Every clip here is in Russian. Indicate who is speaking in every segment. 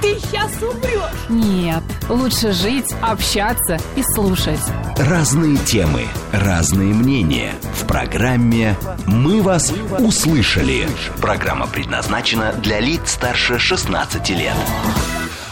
Speaker 1: ты сейчас умрешь.
Speaker 2: Нет, лучше жить, общаться и слушать.
Speaker 3: Разные темы, разные мнения. В программе «Мы вас услышали». Программа предназначена для лиц старше 16 лет.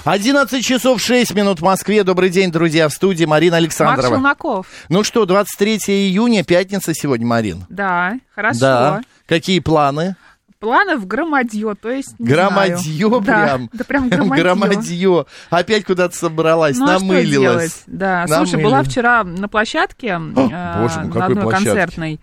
Speaker 4: 11 часов 6 минут в Москве. Добрый день, друзья, в студии Марина
Speaker 2: Макс
Speaker 4: Александрова.
Speaker 2: Челноков.
Speaker 4: Ну что, 23 июня, пятница сегодня, Марин.
Speaker 2: Да, хорошо.
Speaker 4: Да. Какие планы?
Speaker 2: Планов громадье, то есть не
Speaker 4: Громадье
Speaker 2: знаю.
Speaker 4: прям.
Speaker 2: Да, да прям громадье.
Speaker 4: Громадье. Опять куда-то собралась,
Speaker 2: Ну, а что делать?
Speaker 4: намылилась.
Speaker 2: Да, слушай,
Speaker 4: Намылила.
Speaker 2: была вчера на площадке, э,
Speaker 4: боже мой,
Speaker 2: на
Speaker 4: какой
Speaker 2: одной
Speaker 4: площадке?
Speaker 2: концертной.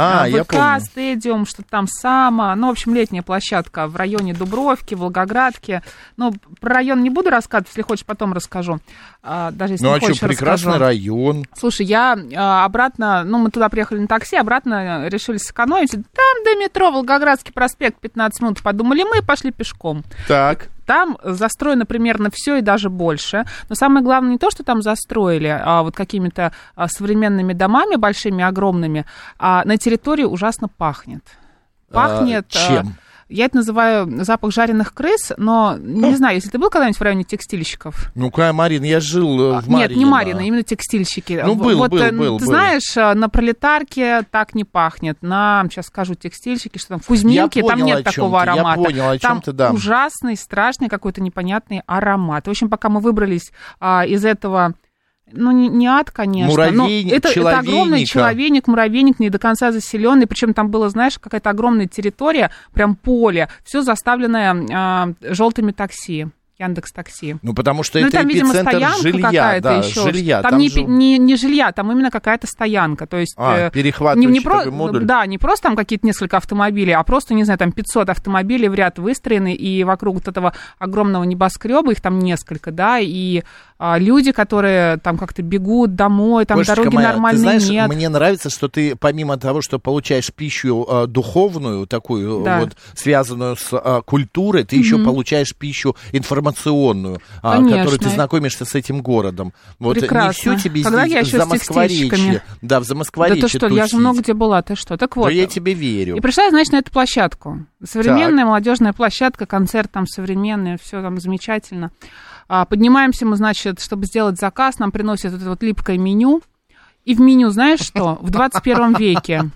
Speaker 4: А,
Speaker 2: Э,
Speaker 4: я
Speaker 2: ВК,
Speaker 4: помню.
Speaker 2: стадиум, что там сама. Ну, в общем, летняя площадка в районе Дубровки, Волгоградки. Ну, про район не буду рассказывать, если хочешь, потом расскажу. А, Даже если
Speaker 4: Ну
Speaker 2: не
Speaker 4: а что,
Speaker 2: хочешь,
Speaker 4: прекрасный
Speaker 2: расскажу.
Speaker 4: район.
Speaker 2: Слушай, я э, обратно, ну, мы туда приехали на такси, обратно решили сэкономить. Там до метро Волгоградский проспект 15 минут, подумали мы, и пошли пешком.
Speaker 4: Так.
Speaker 2: Там застроено примерно все и даже больше. Но самое главное не то, что там застроили, а вот какими-то а, современными домами большими, огромными, а на территории ужасно пахнет. Пахнет...
Speaker 4: А, чем?
Speaker 2: а, Я это называю запах жареных крыс, но
Speaker 4: Хм.
Speaker 2: не знаю, если ты был когда-нибудь в районе текстильщиков,
Speaker 4: Ну-ка, Марин, я жил э, в Марине.
Speaker 2: нет, не Марина, именно текстильщики.
Speaker 4: Ну,
Speaker 2: В-
Speaker 4: был,
Speaker 2: вот,
Speaker 4: был,
Speaker 2: э,
Speaker 4: был,
Speaker 2: Ты
Speaker 4: был.
Speaker 2: знаешь, э, на пролетарке так не пахнет. Нам, сейчас скажу, текстильщики, что там, в Кузьминке,
Speaker 4: понял,
Speaker 2: там
Speaker 4: о
Speaker 2: нет
Speaker 4: чём
Speaker 2: такого
Speaker 4: ты, я
Speaker 2: аромата.
Speaker 4: понял, о чём
Speaker 2: там
Speaker 4: ты, да.
Speaker 2: ужасный, страшный какой-то непонятный аромат. В общем, пока мы выбрались а, из этого... Ну, не, не ад, конечно.
Speaker 4: Муравейник,
Speaker 2: но это, это огромный
Speaker 4: человейника.
Speaker 2: человейник, муравейник, не до конца заселенный. Причем там было, знаешь, какая-то огромная территория, прям поле, все заставленное а, желтыми такси, Яндекс такси.
Speaker 4: Ну, потому что
Speaker 2: Ну,
Speaker 4: это
Speaker 2: там, видимо,
Speaker 4: эпицентр
Speaker 2: стоянка
Speaker 4: жилья.
Speaker 2: какая-то
Speaker 4: Да,
Speaker 2: еще.
Speaker 4: жилья.
Speaker 2: Там, не,
Speaker 4: жил-
Speaker 2: пи- не, не жилья, там именно какая-то стоянка. То есть...
Speaker 4: А,
Speaker 2: э,
Speaker 4: перехватывающий
Speaker 2: про-
Speaker 4: такой модуль.
Speaker 2: Да, не просто там какие-то несколько автомобилей, а просто, не знаю, там 500 автомобилей в ряд выстроены, и вокруг вот этого огромного небоскреба их там несколько, да, и а, люди, которые там как-то бегут домой, там
Speaker 4: Кошечка
Speaker 2: дороги
Speaker 4: моя,
Speaker 2: нормальные
Speaker 4: ты знаешь,
Speaker 2: нет.
Speaker 4: мне нравится, что ты помимо того, что получаешь пищу э, духовную, такую э,
Speaker 2: Да.
Speaker 4: вот связанную с э, культурой, ты еще получаешь пищу информационную, а,
Speaker 2: Конечно.
Speaker 4: которой ты знакомишься с этим городом. Вот не
Speaker 2: Прекрасно.
Speaker 4: все тебе
Speaker 2: Когда
Speaker 4: здесь
Speaker 2: я
Speaker 4: в
Speaker 2: еще с
Speaker 4: Замоскворечье.
Speaker 2: текстильщиками?
Speaker 4: Да, в
Speaker 2: Да
Speaker 4: Замоскворечье
Speaker 2: ты что, я же
Speaker 4: тусить.
Speaker 2: много где была, ты что? Так вот.
Speaker 4: Да я тебе верю.
Speaker 2: И пришла, я, значит, на эту площадку. Современная молодежная площадка, концерт там современный, все там замечательно. А, поднимаемся мы, значит, чтобы сделать заказ, нам приносят вот это вот липкое меню. И в меню, знаешь что? В 21 веке.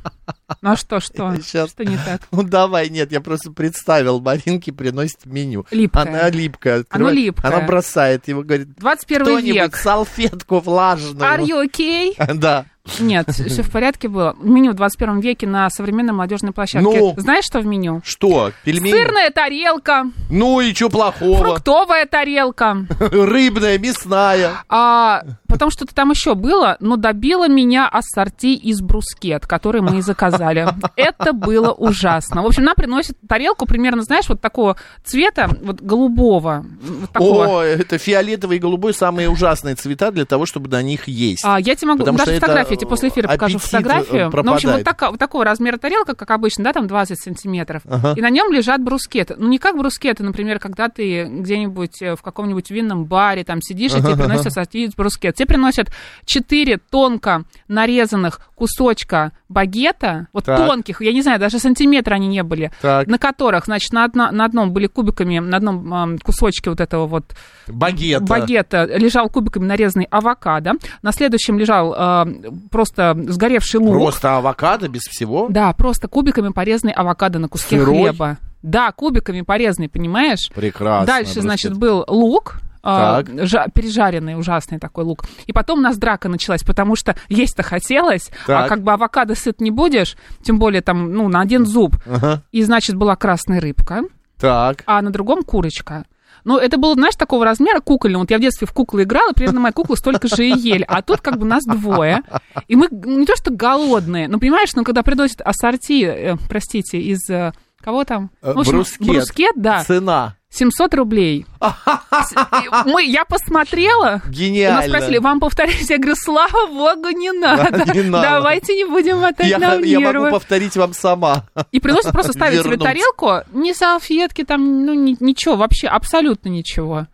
Speaker 2: Ну а что, что?
Speaker 4: Сейчас.
Speaker 2: Что не так?
Speaker 4: Ну давай, нет, я просто представил, Маринке приносит меню.
Speaker 2: Липкое.
Speaker 4: Она липкая. открывает,
Speaker 2: липкое.
Speaker 4: Она бросает его, говорит,
Speaker 2: 21
Speaker 4: кто-нибудь
Speaker 2: век.
Speaker 4: салфетку влажную.
Speaker 2: Are you okay?
Speaker 4: Да.
Speaker 2: Нет, все в порядке было. Меню в 21 веке на современной молодежной площадке.
Speaker 4: Ну?
Speaker 2: Знаешь, что в меню?
Speaker 4: Что, пельмени?
Speaker 2: Сырная тарелка,
Speaker 4: Ну и что плохого?
Speaker 2: фруктовая тарелка.
Speaker 4: Рыбная, мясная.
Speaker 2: А, потом что-то там еще было, но добило меня ассорти из брускет, который мы и заказали. Это было ужасно. В общем, нам приносят тарелку примерно, знаешь, вот такого цвета, вот голубого. Вот такого.
Speaker 4: О, это фиолетовый и голубой самые ужасные цвета для того, чтобы на них есть.
Speaker 2: А, я тебе могу
Speaker 4: Потому
Speaker 2: даже
Speaker 4: что это,
Speaker 2: фотографию, я тебе после эфира покажу
Speaker 4: аппетит, э,
Speaker 2: фотографию. Ну, в общем,
Speaker 4: пропадает.
Speaker 2: вот, така- вот такого размера тарелка, как обычно, да, там 20 сантиметров.
Speaker 4: Ага.
Speaker 2: И на нем лежат брускеты. Ну, не как брускеты, например, когда ты где-нибудь э, в каком-нибудь винном баре там сидишь, и тебе приносят ассорти из брускет. Тебе приносят 4 тонко нарезанных кусочка багета, вот
Speaker 4: Так.
Speaker 2: тонких, я не знаю, даже сантиметра они не были,
Speaker 4: Так.
Speaker 2: на которых, значит, на, одно- на одном были кубиками, на одном ам, кусочке вот этого вот
Speaker 4: Багет.
Speaker 2: багета лежал кубиками нарезанный авокадо, на следующем лежал а, просто сгоревший лук.
Speaker 4: Просто авокадо без всего.
Speaker 2: Да, просто кубиками порезанный авокадо на куске
Speaker 4: Сырой?
Speaker 2: хлеба. Да, кубиками порезанный, понимаешь?
Speaker 4: Прекрасно.
Speaker 2: Дальше,
Speaker 4: брускет.
Speaker 2: значит, был лук. а,
Speaker 4: Так.
Speaker 2: жа- пережаренный ужасный такой лук. И потом у нас драка началась, потому что есть-то хотелось, а
Speaker 4: Так.
Speaker 2: как бы авокадо сыт не будешь, тем более там, ну, на один зуб.
Speaker 4: Ага.
Speaker 2: И, значит, была красная рыбка,
Speaker 4: Так.
Speaker 2: а на другом курочка. Ну, это было, знаешь, такого размера кукольного. Вот я в детстве в куклы играла, примерно мои куклы столько же и ели. А тут как бы нас двое. И мы не то что голодные, но понимаешь, ну, когда приносят ассорти, э, простите, из э, Кого там?
Speaker 4: Э,
Speaker 2: В общем,
Speaker 4: брускет.
Speaker 2: брускет, да.
Speaker 4: Цена.
Speaker 2: 700 рублей. С- и Мы, я посмотрела. И
Speaker 4: Гениально.
Speaker 2: нас спросили, вам повторять? Я говорю, слава богу, не надо.
Speaker 4: Не надо.
Speaker 2: Давайте не будем мотать
Speaker 4: я,
Speaker 2: нам
Speaker 4: я
Speaker 2: нервы.
Speaker 4: могу повторить вам сама.
Speaker 2: И приносят просто ставить себе
Speaker 4: Вернуться.
Speaker 2: тарелку, ни салфетки там, ну ни- ничего, вообще абсолютно ничего.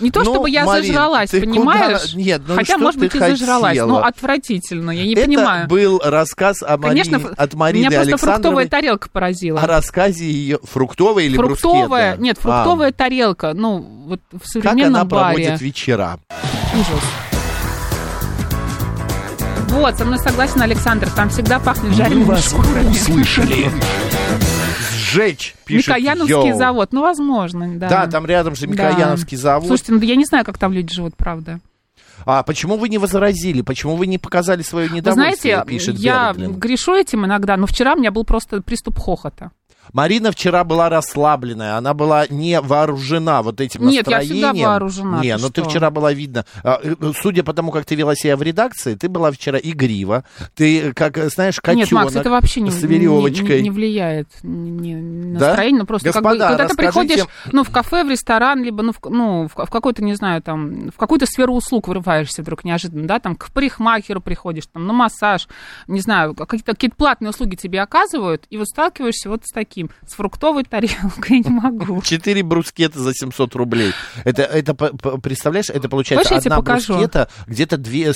Speaker 2: Не то,
Speaker 4: Ну,
Speaker 2: чтобы я
Speaker 4: Марин,
Speaker 2: зажралась,
Speaker 4: ты
Speaker 2: понимаешь?
Speaker 4: куда- Нет, ну
Speaker 2: Хотя,
Speaker 4: что
Speaker 2: может
Speaker 4: ты
Speaker 2: быть, и зажралась, но
Speaker 4: хотела?
Speaker 2: отвратительно, я не
Speaker 4: Это
Speaker 2: понимаю.
Speaker 4: был рассказ о Марине-
Speaker 2: Конечно,
Speaker 4: от
Speaker 2: меня
Speaker 4: Марины
Speaker 2: просто фруктовая
Speaker 4: Александровой.
Speaker 2: тарелка поразила.
Speaker 4: О рассказе ее фруктовая или
Speaker 2: фруктовая,
Speaker 4: брускетная?
Speaker 2: нет,
Speaker 4: А,
Speaker 2: фруктовая тарелка, ну, вот в
Speaker 4: Как
Speaker 2: современном
Speaker 4: она
Speaker 2: баре.
Speaker 4: проводит вечера?
Speaker 2: Ужас. Вот, со мной согласен Александр, там всегда пахнет
Speaker 4: Ну,
Speaker 3: Мы
Speaker 2: жареными
Speaker 3: вас
Speaker 2: шкурами.
Speaker 3: услышали.
Speaker 4: Сжечь, пишет
Speaker 2: Микояновский
Speaker 4: Йоу.
Speaker 2: завод, ну, возможно, да.
Speaker 4: Да, там рядом же Микояновский завод.
Speaker 2: Слушайте, ну да я не знаю, как там люди живут, правда.
Speaker 4: А почему вы не возразили? Почему вы не показали свое
Speaker 2: Вы
Speaker 4: недовольство?
Speaker 2: знаете,
Speaker 4: пишет
Speaker 2: я
Speaker 4: Берглин.
Speaker 2: грешу этим иногда, но вчера у меня был просто приступ хохота.
Speaker 4: Марина вчера была расслабленная, она была не вооружена вот этим
Speaker 2: Нет, я
Speaker 4: настроением.
Speaker 2: всегда вооружена,
Speaker 4: Не,
Speaker 2: ты
Speaker 4: ну ты
Speaker 2: что?
Speaker 4: вчера была видно. А, э, Судя по тому, как ты вела себя в редакции, ты была вчера игрива. Ты, как, э, знаешь, котенок
Speaker 2: Нет, Макс, это вообще не,
Speaker 4: с
Speaker 2: не-
Speaker 4: веревочкой.
Speaker 2: не, не влияет ни- ни на
Speaker 4: Да?
Speaker 2: настроение. Ну, просто как бы,
Speaker 4: Господа,
Speaker 2: когда ты
Speaker 4: расскажите-
Speaker 2: приходишь ну, в кафе, в ресторан, либо ну, в, к- ну, в, в какой-то, не знаю, там, в какую-то сферу услуг вырываешься вдруг неожиданно, да, там, к парикмахеру приходишь, там, на массаж, не знаю, какие-то, какие-то платные услуги тебе оказывают, и вот сталкиваешься вот с таким, с фруктовой тарелкой, я не могу.
Speaker 4: Четыре брускета за 700 рублей. Это, это по- по- представляешь, это получается
Speaker 2: Хочешь, я тебе
Speaker 4: одна
Speaker 2: покажу?
Speaker 4: брускета где-то две-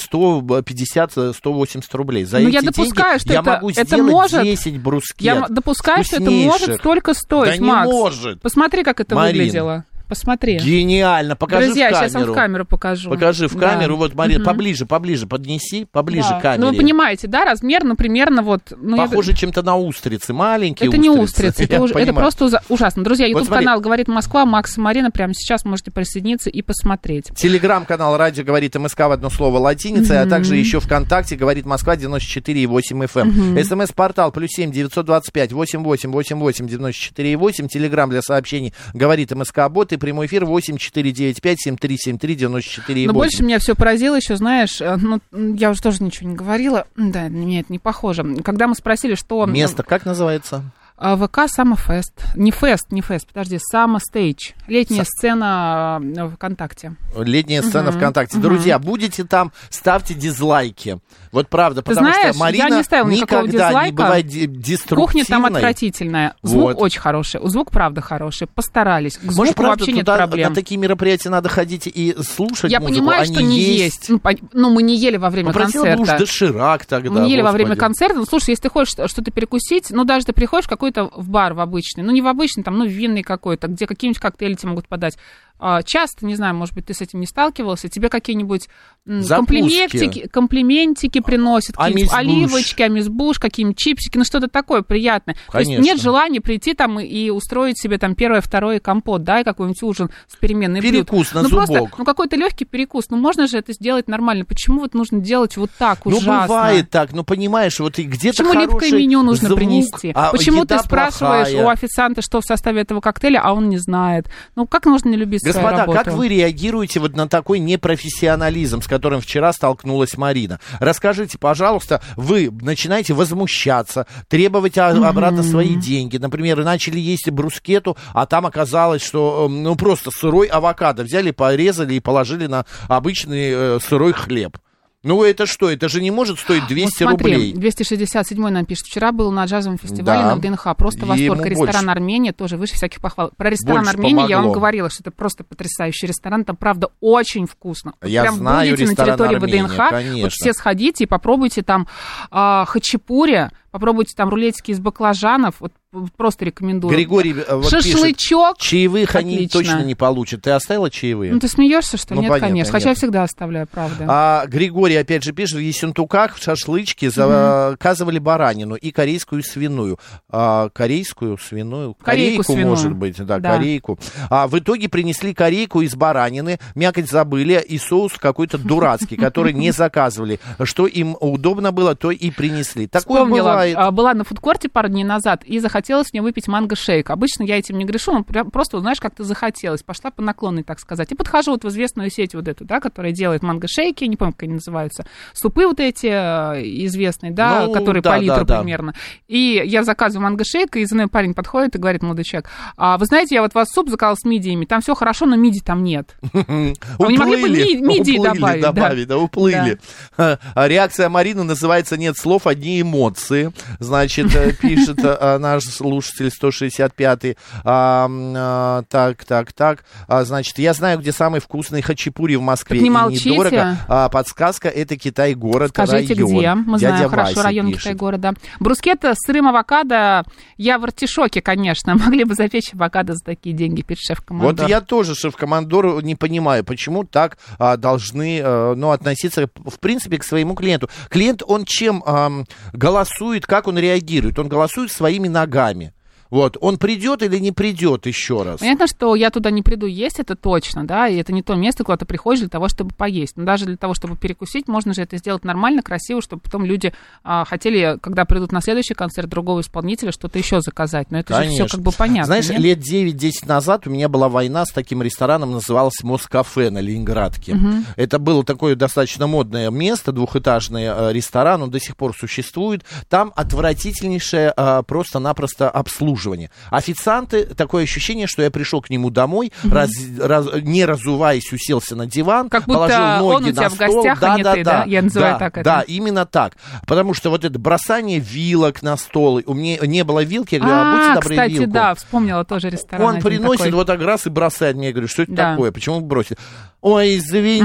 Speaker 4: 150-180 рублей. За
Speaker 2: Ну,
Speaker 4: эти
Speaker 2: я допускаю,
Speaker 4: деньги
Speaker 2: что
Speaker 4: я
Speaker 2: это-
Speaker 4: могу
Speaker 2: это
Speaker 4: сделать
Speaker 2: может-
Speaker 4: 10 брускет.
Speaker 2: Я м- допускаю, что это может
Speaker 4: вкуснейших.
Speaker 2: столько
Speaker 4: Да
Speaker 2: стоить,
Speaker 4: не
Speaker 2: Макс.
Speaker 4: может.
Speaker 2: Посмотри, как это
Speaker 4: Марин.
Speaker 2: выглядело. Посмотри.
Speaker 4: Гениально. Покажи
Speaker 2: Друзья,
Speaker 4: в камеру.
Speaker 2: сейчас вам в камеру покажу.
Speaker 4: Покажи в
Speaker 2: Да.
Speaker 4: камеру. Вот, Марина, поближе, поближе поднеси, поближе
Speaker 2: Да.
Speaker 4: к камере.
Speaker 2: Ну, вы понимаете, да, размер, ну, примерно вот... Ну, я-
Speaker 4: Похоже чем-то на устрицы. Маленькие
Speaker 2: это
Speaker 4: устрицы.
Speaker 2: не устрицы, это,
Speaker 4: Я
Speaker 2: уже- это
Speaker 4: понимаю.
Speaker 2: просто ужа- ужасно. Друзья,
Speaker 4: Вот
Speaker 2: YouTube-канал «Говорит Москва», Макс и Марина, прямо сейчас можете присоединиться и посмотреть.
Speaker 4: Телеграм-канал «Радио говорит МСК» в одно слово латиница, а также еще ВКонтакте «Говорит Москва» 94,8 FM. эм. СМС-портал плюс 7 925 88 88 94,8. Телеграм для сообщений «Говорит МСК Бот» и прямой эфир 8495 7373 94,8.
Speaker 2: Но Ну, больше меня все поразило еще, знаешь, э, ну, м, я уже тоже ничего не говорила, М, да, на меня это не похоже. Когда мы спросили, что... м,
Speaker 4: Место как называется?
Speaker 2: А, ВК Самофест. Не фест, не фест, подожди, Самостейдж. Летняя сцена э, ВКонтакте.
Speaker 4: Летняя сцена ВКонтакте. Друзья, будете там, ставьте дизлайки. Вот правда, потому
Speaker 2: знаешь,
Speaker 4: что
Speaker 2: я
Speaker 4: Марина
Speaker 2: не ставила никакого
Speaker 4: никогда не
Speaker 2: дизлайка.
Speaker 4: бывает ди- деструктивной.
Speaker 2: Кухня там отвратительная. Звук
Speaker 4: Вот.
Speaker 2: очень хороший. Звук, правда, хороший. Постарались. К звуку
Speaker 4: Может, правда,
Speaker 2: вообще нет
Speaker 4: туда
Speaker 2: проблем.
Speaker 4: на такие мероприятия надо ходить и слушать
Speaker 2: Я
Speaker 4: музыку,
Speaker 2: понимаю,
Speaker 4: а
Speaker 2: что не есть. Ну, пон- Ну, мы не ели во время
Speaker 4: Попросила бы
Speaker 2: концерта.
Speaker 4: уж доширак тогда,
Speaker 2: мы ели во
Speaker 4: господи.
Speaker 2: время концерта. Ну, слушай, если ты хочешь что- что-то перекусить, ну, даже ты приходишь в какой-то в бар в обычный, ну, не в обычный, там, ну, в винный какой-то, где какие-нибудь коктейли тебе могут подать. А, часто, не знаю, может быть, ты с этим не сталкивался, тебе какие-нибудь м,
Speaker 4: Закуски. А
Speaker 2: комплиментики, комплиментики приносят, какие-нибудь
Speaker 4: Амисбуш.
Speaker 2: оливочки, амисбуш, какие-нибудь чипсики, ну, что-то такое приятное. То
Speaker 4: Конечно.
Speaker 2: есть нет желания прийти там и, и устроить себе там первое, второе компот, да, и какой-нибудь ужин с переменной блюд.
Speaker 4: Перекус на
Speaker 2: ну,
Speaker 4: зубок.
Speaker 2: Просто, ну, какой-то легкий перекус. Ну, можно же это сделать нормально. Почему вот нужно делать вот так
Speaker 4: Ну,
Speaker 2: ужасно?
Speaker 4: бывает так, ну, понимаешь, вот и где-то
Speaker 2: Почему
Speaker 4: хороший
Speaker 2: липкое меню нужно
Speaker 4: звук,
Speaker 2: принести?
Speaker 4: а
Speaker 2: Почему ты
Speaker 4: еда
Speaker 2: спрашиваешь
Speaker 4: плохая?
Speaker 2: у официанта, что в составе этого коктейля, а он не знает? Ну, как можно не любить свою
Speaker 4: Господа,
Speaker 2: работу?
Speaker 4: как вы реагируете вот на такой непрофессионализм, с которым вчера столкнулась Марина? Расскажите, пожалуйста, вы начинаете возмущаться, требовать о- обратно свои деньги. Например, начали есть брускету, а там оказалось, что эм, ну просто сырой авокадо взяли, порезали и положили на обычный э, сырой хлеб. Ну это что? Это же не может стоить 200
Speaker 2: вот смотри,
Speaker 4: рублей.
Speaker 2: 267 нам пишет. Вчера был на джазовом фестивале
Speaker 4: Да.
Speaker 2: на ВДНХ. Просто
Speaker 4: Ему
Speaker 2: восторг. Ресторан
Speaker 4: больше.
Speaker 2: Армения тоже выше всяких похвал. Про ресторан
Speaker 4: Больше
Speaker 2: Армения я вам
Speaker 4: помогло.
Speaker 2: говорила, что это просто потрясающий ресторан. Там, правда, очень вкусно. Вот
Speaker 4: Я
Speaker 2: Прям
Speaker 4: знаю
Speaker 2: будете на
Speaker 4: ресторан
Speaker 2: территории
Speaker 4: Армения,
Speaker 2: ВДНХ.
Speaker 4: конечно.
Speaker 2: Вот все сходите и попробуйте там а, хачапури, попробуйте там рулетики из баклажанов. Вот просто рекомендую.
Speaker 4: Григорий э, вот пишет,
Speaker 2: Шашлычок.
Speaker 4: чаевых они
Speaker 2: Отлично.
Speaker 4: точно не получат. Ты оставила чаевые?
Speaker 2: Ну, ты смеешься, что ли?
Speaker 4: Ну,
Speaker 2: нет,
Speaker 4: понятно,
Speaker 2: конечно. Хотя я
Speaker 4: нет.
Speaker 2: всегда оставляю, правда.
Speaker 4: А Григорий, опять же, пишет, в Ессентуках в шашлычке заказывали баранину и корейскую свиную. А, корейскую свиную?
Speaker 2: Корейку свиную.
Speaker 4: может быть, да,
Speaker 2: Да.
Speaker 4: корейку. А, в итоге принесли корейку из баранины, мякоть забыли и соус какой-то дурацкий, который не заказывали. Что им удобно было, то и принесли. Такое
Speaker 2: Вспомнила
Speaker 4: бывает.
Speaker 2: а, была на фудкорте пару дней назад и захотелось мне выпить манго-шейк. Обычно я этим не грешу, но прям просто, вот знаешь, как-то захотелось. Пошла по наклонной, так сказать. И подхожу вот в известную сеть вот эту, да, которая делает манго-шейки, не помню, как они называются. Супы вот эти э, известные, да,
Speaker 4: Ну,
Speaker 2: которые
Speaker 4: да,
Speaker 2: по литру
Speaker 4: да, да.
Speaker 2: примерно. И я заказываю манго-шейк, и за мной парень подходит и говорит, молодой человек, «А, вы знаете, я вот у вас суп заказал с мидиями, там все хорошо, но мидий там нет.
Speaker 4: Уплыли,
Speaker 2: Вы не могли бы ми- мидии
Speaker 4: уплыли,
Speaker 2: добавить, да.
Speaker 4: да, уплыли. А, Реакция Марины называется «Нет слов, одни эмоции». Значит, э, пишет э, наш слушатель 165-й. А, м, а, Так, так, так. А, Значит, я знаю, где самый вкусный хачапури в Москве.
Speaker 2: Так не
Speaker 4: И
Speaker 2: молчите.
Speaker 4: недорого. А, Подсказка – это Китай-город,
Speaker 2: Скажите,
Speaker 4: район.
Speaker 2: где? Мы
Speaker 4: Дядя
Speaker 2: знаем хорошо
Speaker 4: Вася
Speaker 2: район
Speaker 4: пишет.
Speaker 2: Китай-города. Брускетта с сырым авокадо. Я в артишоке, конечно. Могли бы запечь авокадо за такие деньги, пишет шеф
Speaker 4: Вот я тоже шеф-командору не понимаю, почему так а, должны э, ну, относиться, в принципе, к своему клиенту. Клиент, он чем ам, голосует, как он реагирует? Он голосует своими ногами. Вот, он придет или не придет еще раз?
Speaker 2: Понятно, что я туда не приду есть, это точно, да, и это не то место, куда ты приходишь для того, чтобы поесть. Но даже для того, чтобы перекусить, можно же это сделать нормально, красиво, чтобы потом люди а, хотели, когда придут на следующий концерт другого исполнителя, что-то еще заказать. Но это же все
Speaker 4: Конечно.
Speaker 2: как бы понятно.
Speaker 4: Знаешь,
Speaker 2: нет?
Speaker 4: лет 9-10 назад у меня была война с таким рестораном, называлось Москафе на Ленинградке. Это было такое достаточно модное место, двухэтажный э, ресторан, он до сих пор существует. Там отвратительнейшее э, просто-напросто обслуживание. Официанты, такое ощущение, что я пришел к нему домой, раз- раз- не разуваясь, уселся на диван,
Speaker 2: Как будто
Speaker 4: положил ноги
Speaker 2: он у тебя
Speaker 4: на
Speaker 2: в
Speaker 4: стол.
Speaker 2: гостях, а не
Speaker 4: Да-да-да.
Speaker 2: ты, да? Я называю
Speaker 4: Да,
Speaker 2: так это.
Speaker 4: Да, именно так. Потому что вот это бросание вилок на стол, у меня не было вилки, я говорю, а, будьте
Speaker 2: А,
Speaker 4: добры,
Speaker 2: кстати,
Speaker 4: вилку».
Speaker 2: да, вспомнила тоже ресторан.
Speaker 4: Он
Speaker 2: один
Speaker 4: приносит
Speaker 2: такой.
Speaker 4: вот так раз и бросает мне. Я говорю, что это
Speaker 2: Да.
Speaker 4: такое? Почему вы бросили? Ой,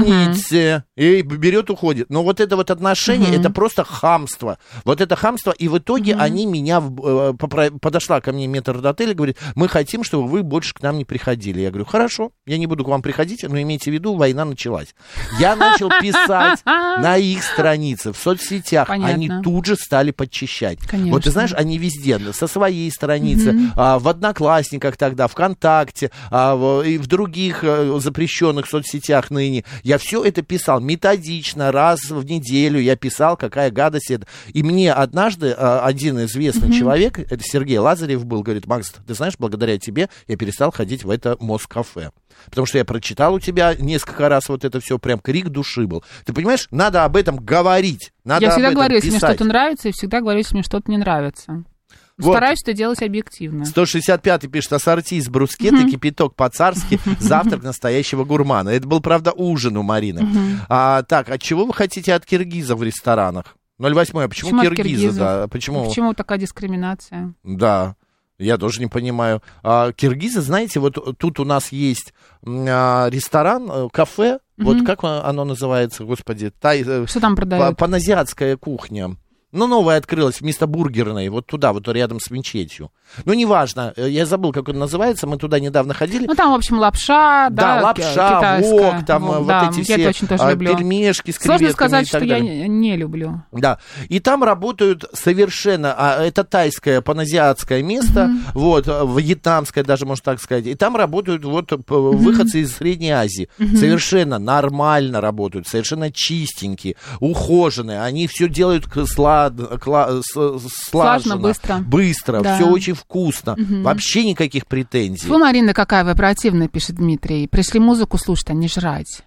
Speaker 4: извините. И берет, уходит. Но вот это вот отношение, это просто хамство. Вот это хамство. И в итоге они меня... в- э, попро- Подошла ко мне метр до отеля и говорит, мы хотим, чтобы вы больше к нам не приходили. Я говорю, хорошо, я не буду к вам приходить, но имейте в виду, война началась. Я начал писать на их странице, в соцсетях. Они
Speaker 2: Понятно.
Speaker 4: тут же стали подчищать. Вот ты
Speaker 2: Конечно.
Speaker 4: знаешь, они везде, со своей страницы, а, в Одноклассниках тогда, ВКонтакте, а, в- и в других э, запрещенных соцсетях ныне. Я все это писал методично, раз в неделю я писал, какая гадость это. И мне однажды а, один известный человек, это Сергей Лазарев был, говорит, Макс, ты знаешь, благодаря тебе я перестал ходить в это Москафе. Потому что я прочитал у тебя несколько раз вот это все, прям крик души был. Ты понимаешь, надо об этом говорить. Надо
Speaker 2: Я
Speaker 4: об
Speaker 2: всегда
Speaker 4: этом
Speaker 2: говорю, если мне
Speaker 4: писать.
Speaker 2: что-то нравится, и всегда говорю, если мне что-то не нравится.
Speaker 4: Вот.
Speaker 2: Стараюсь это делать объективно.
Speaker 4: 165 пишет, ассорти из брускеты, кипяток по-царски, завтрак настоящего гурмана. Это был, правда, ужин у Марины. А, так, от чего вы хотите от киргизов в ресторанах? 08, а почему,
Speaker 2: Почему от
Speaker 4: киргизы?
Speaker 2: киргизов?
Speaker 4: Да, почему?
Speaker 2: Почему такая дискриминация?
Speaker 4: Да, я тоже не понимаю. А, киргизы, знаете, вот тут у нас есть м, а, ресторан, э, кафе, вот как оно называется, господи, тай, э,
Speaker 2: Что там
Speaker 4: па-
Speaker 2: продают?
Speaker 4: паназиатская кухня. Ну, новая открылась вместо бургерной, вот туда, вот рядом с мечетью. Ну, неважно, э, я забыл, как он называется, мы туда недавно ходили.
Speaker 2: Ну, там, в общем, лапша, да,
Speaker 4: да,
Speaker 2: ки-
Speaker 4: лапша,
Speaker 2: китайская.
Speaker 4: вок, там э,
Speaker 2: Вок,
Speaker 4: вот
Speaker 2: да,
Speaker 4: эти
Speaker 2: я
Speaker 4: все
Speaker 2: это очень тоже
Speaker 4: а,
Speaker 2: люблю.
Speaker 4: пельмешки с
Speaker 2: Сложно
Speaker 4: креветками
Speaker 2: сказать,
Speaker 4: и так
Speaker 2: что
Speaker 4: далее.
Speaker 2: я не, не люблю.
Speaker 4: Да. И там работают совершенно, а это тайское, паназиатское место, вот, а, вьетнамское даже, можно так сказать. И там работают вот п- выходцы из Средней Азии. Совершенно нормально работают, совершенно чистенькие, ухоженные. Они все делают к- слад- кла- с- с- слаженно,
Speaker 2: быстро.
Speaker 4: Быстро,
Speaker 2: Да.
Speaker 4: все очень вкусно. Вообще никаких претензий.
Speaker 2: Фу, Марина, какая вы противная, пишет Дмитрий. Пришли музыку слушать, а не жрать.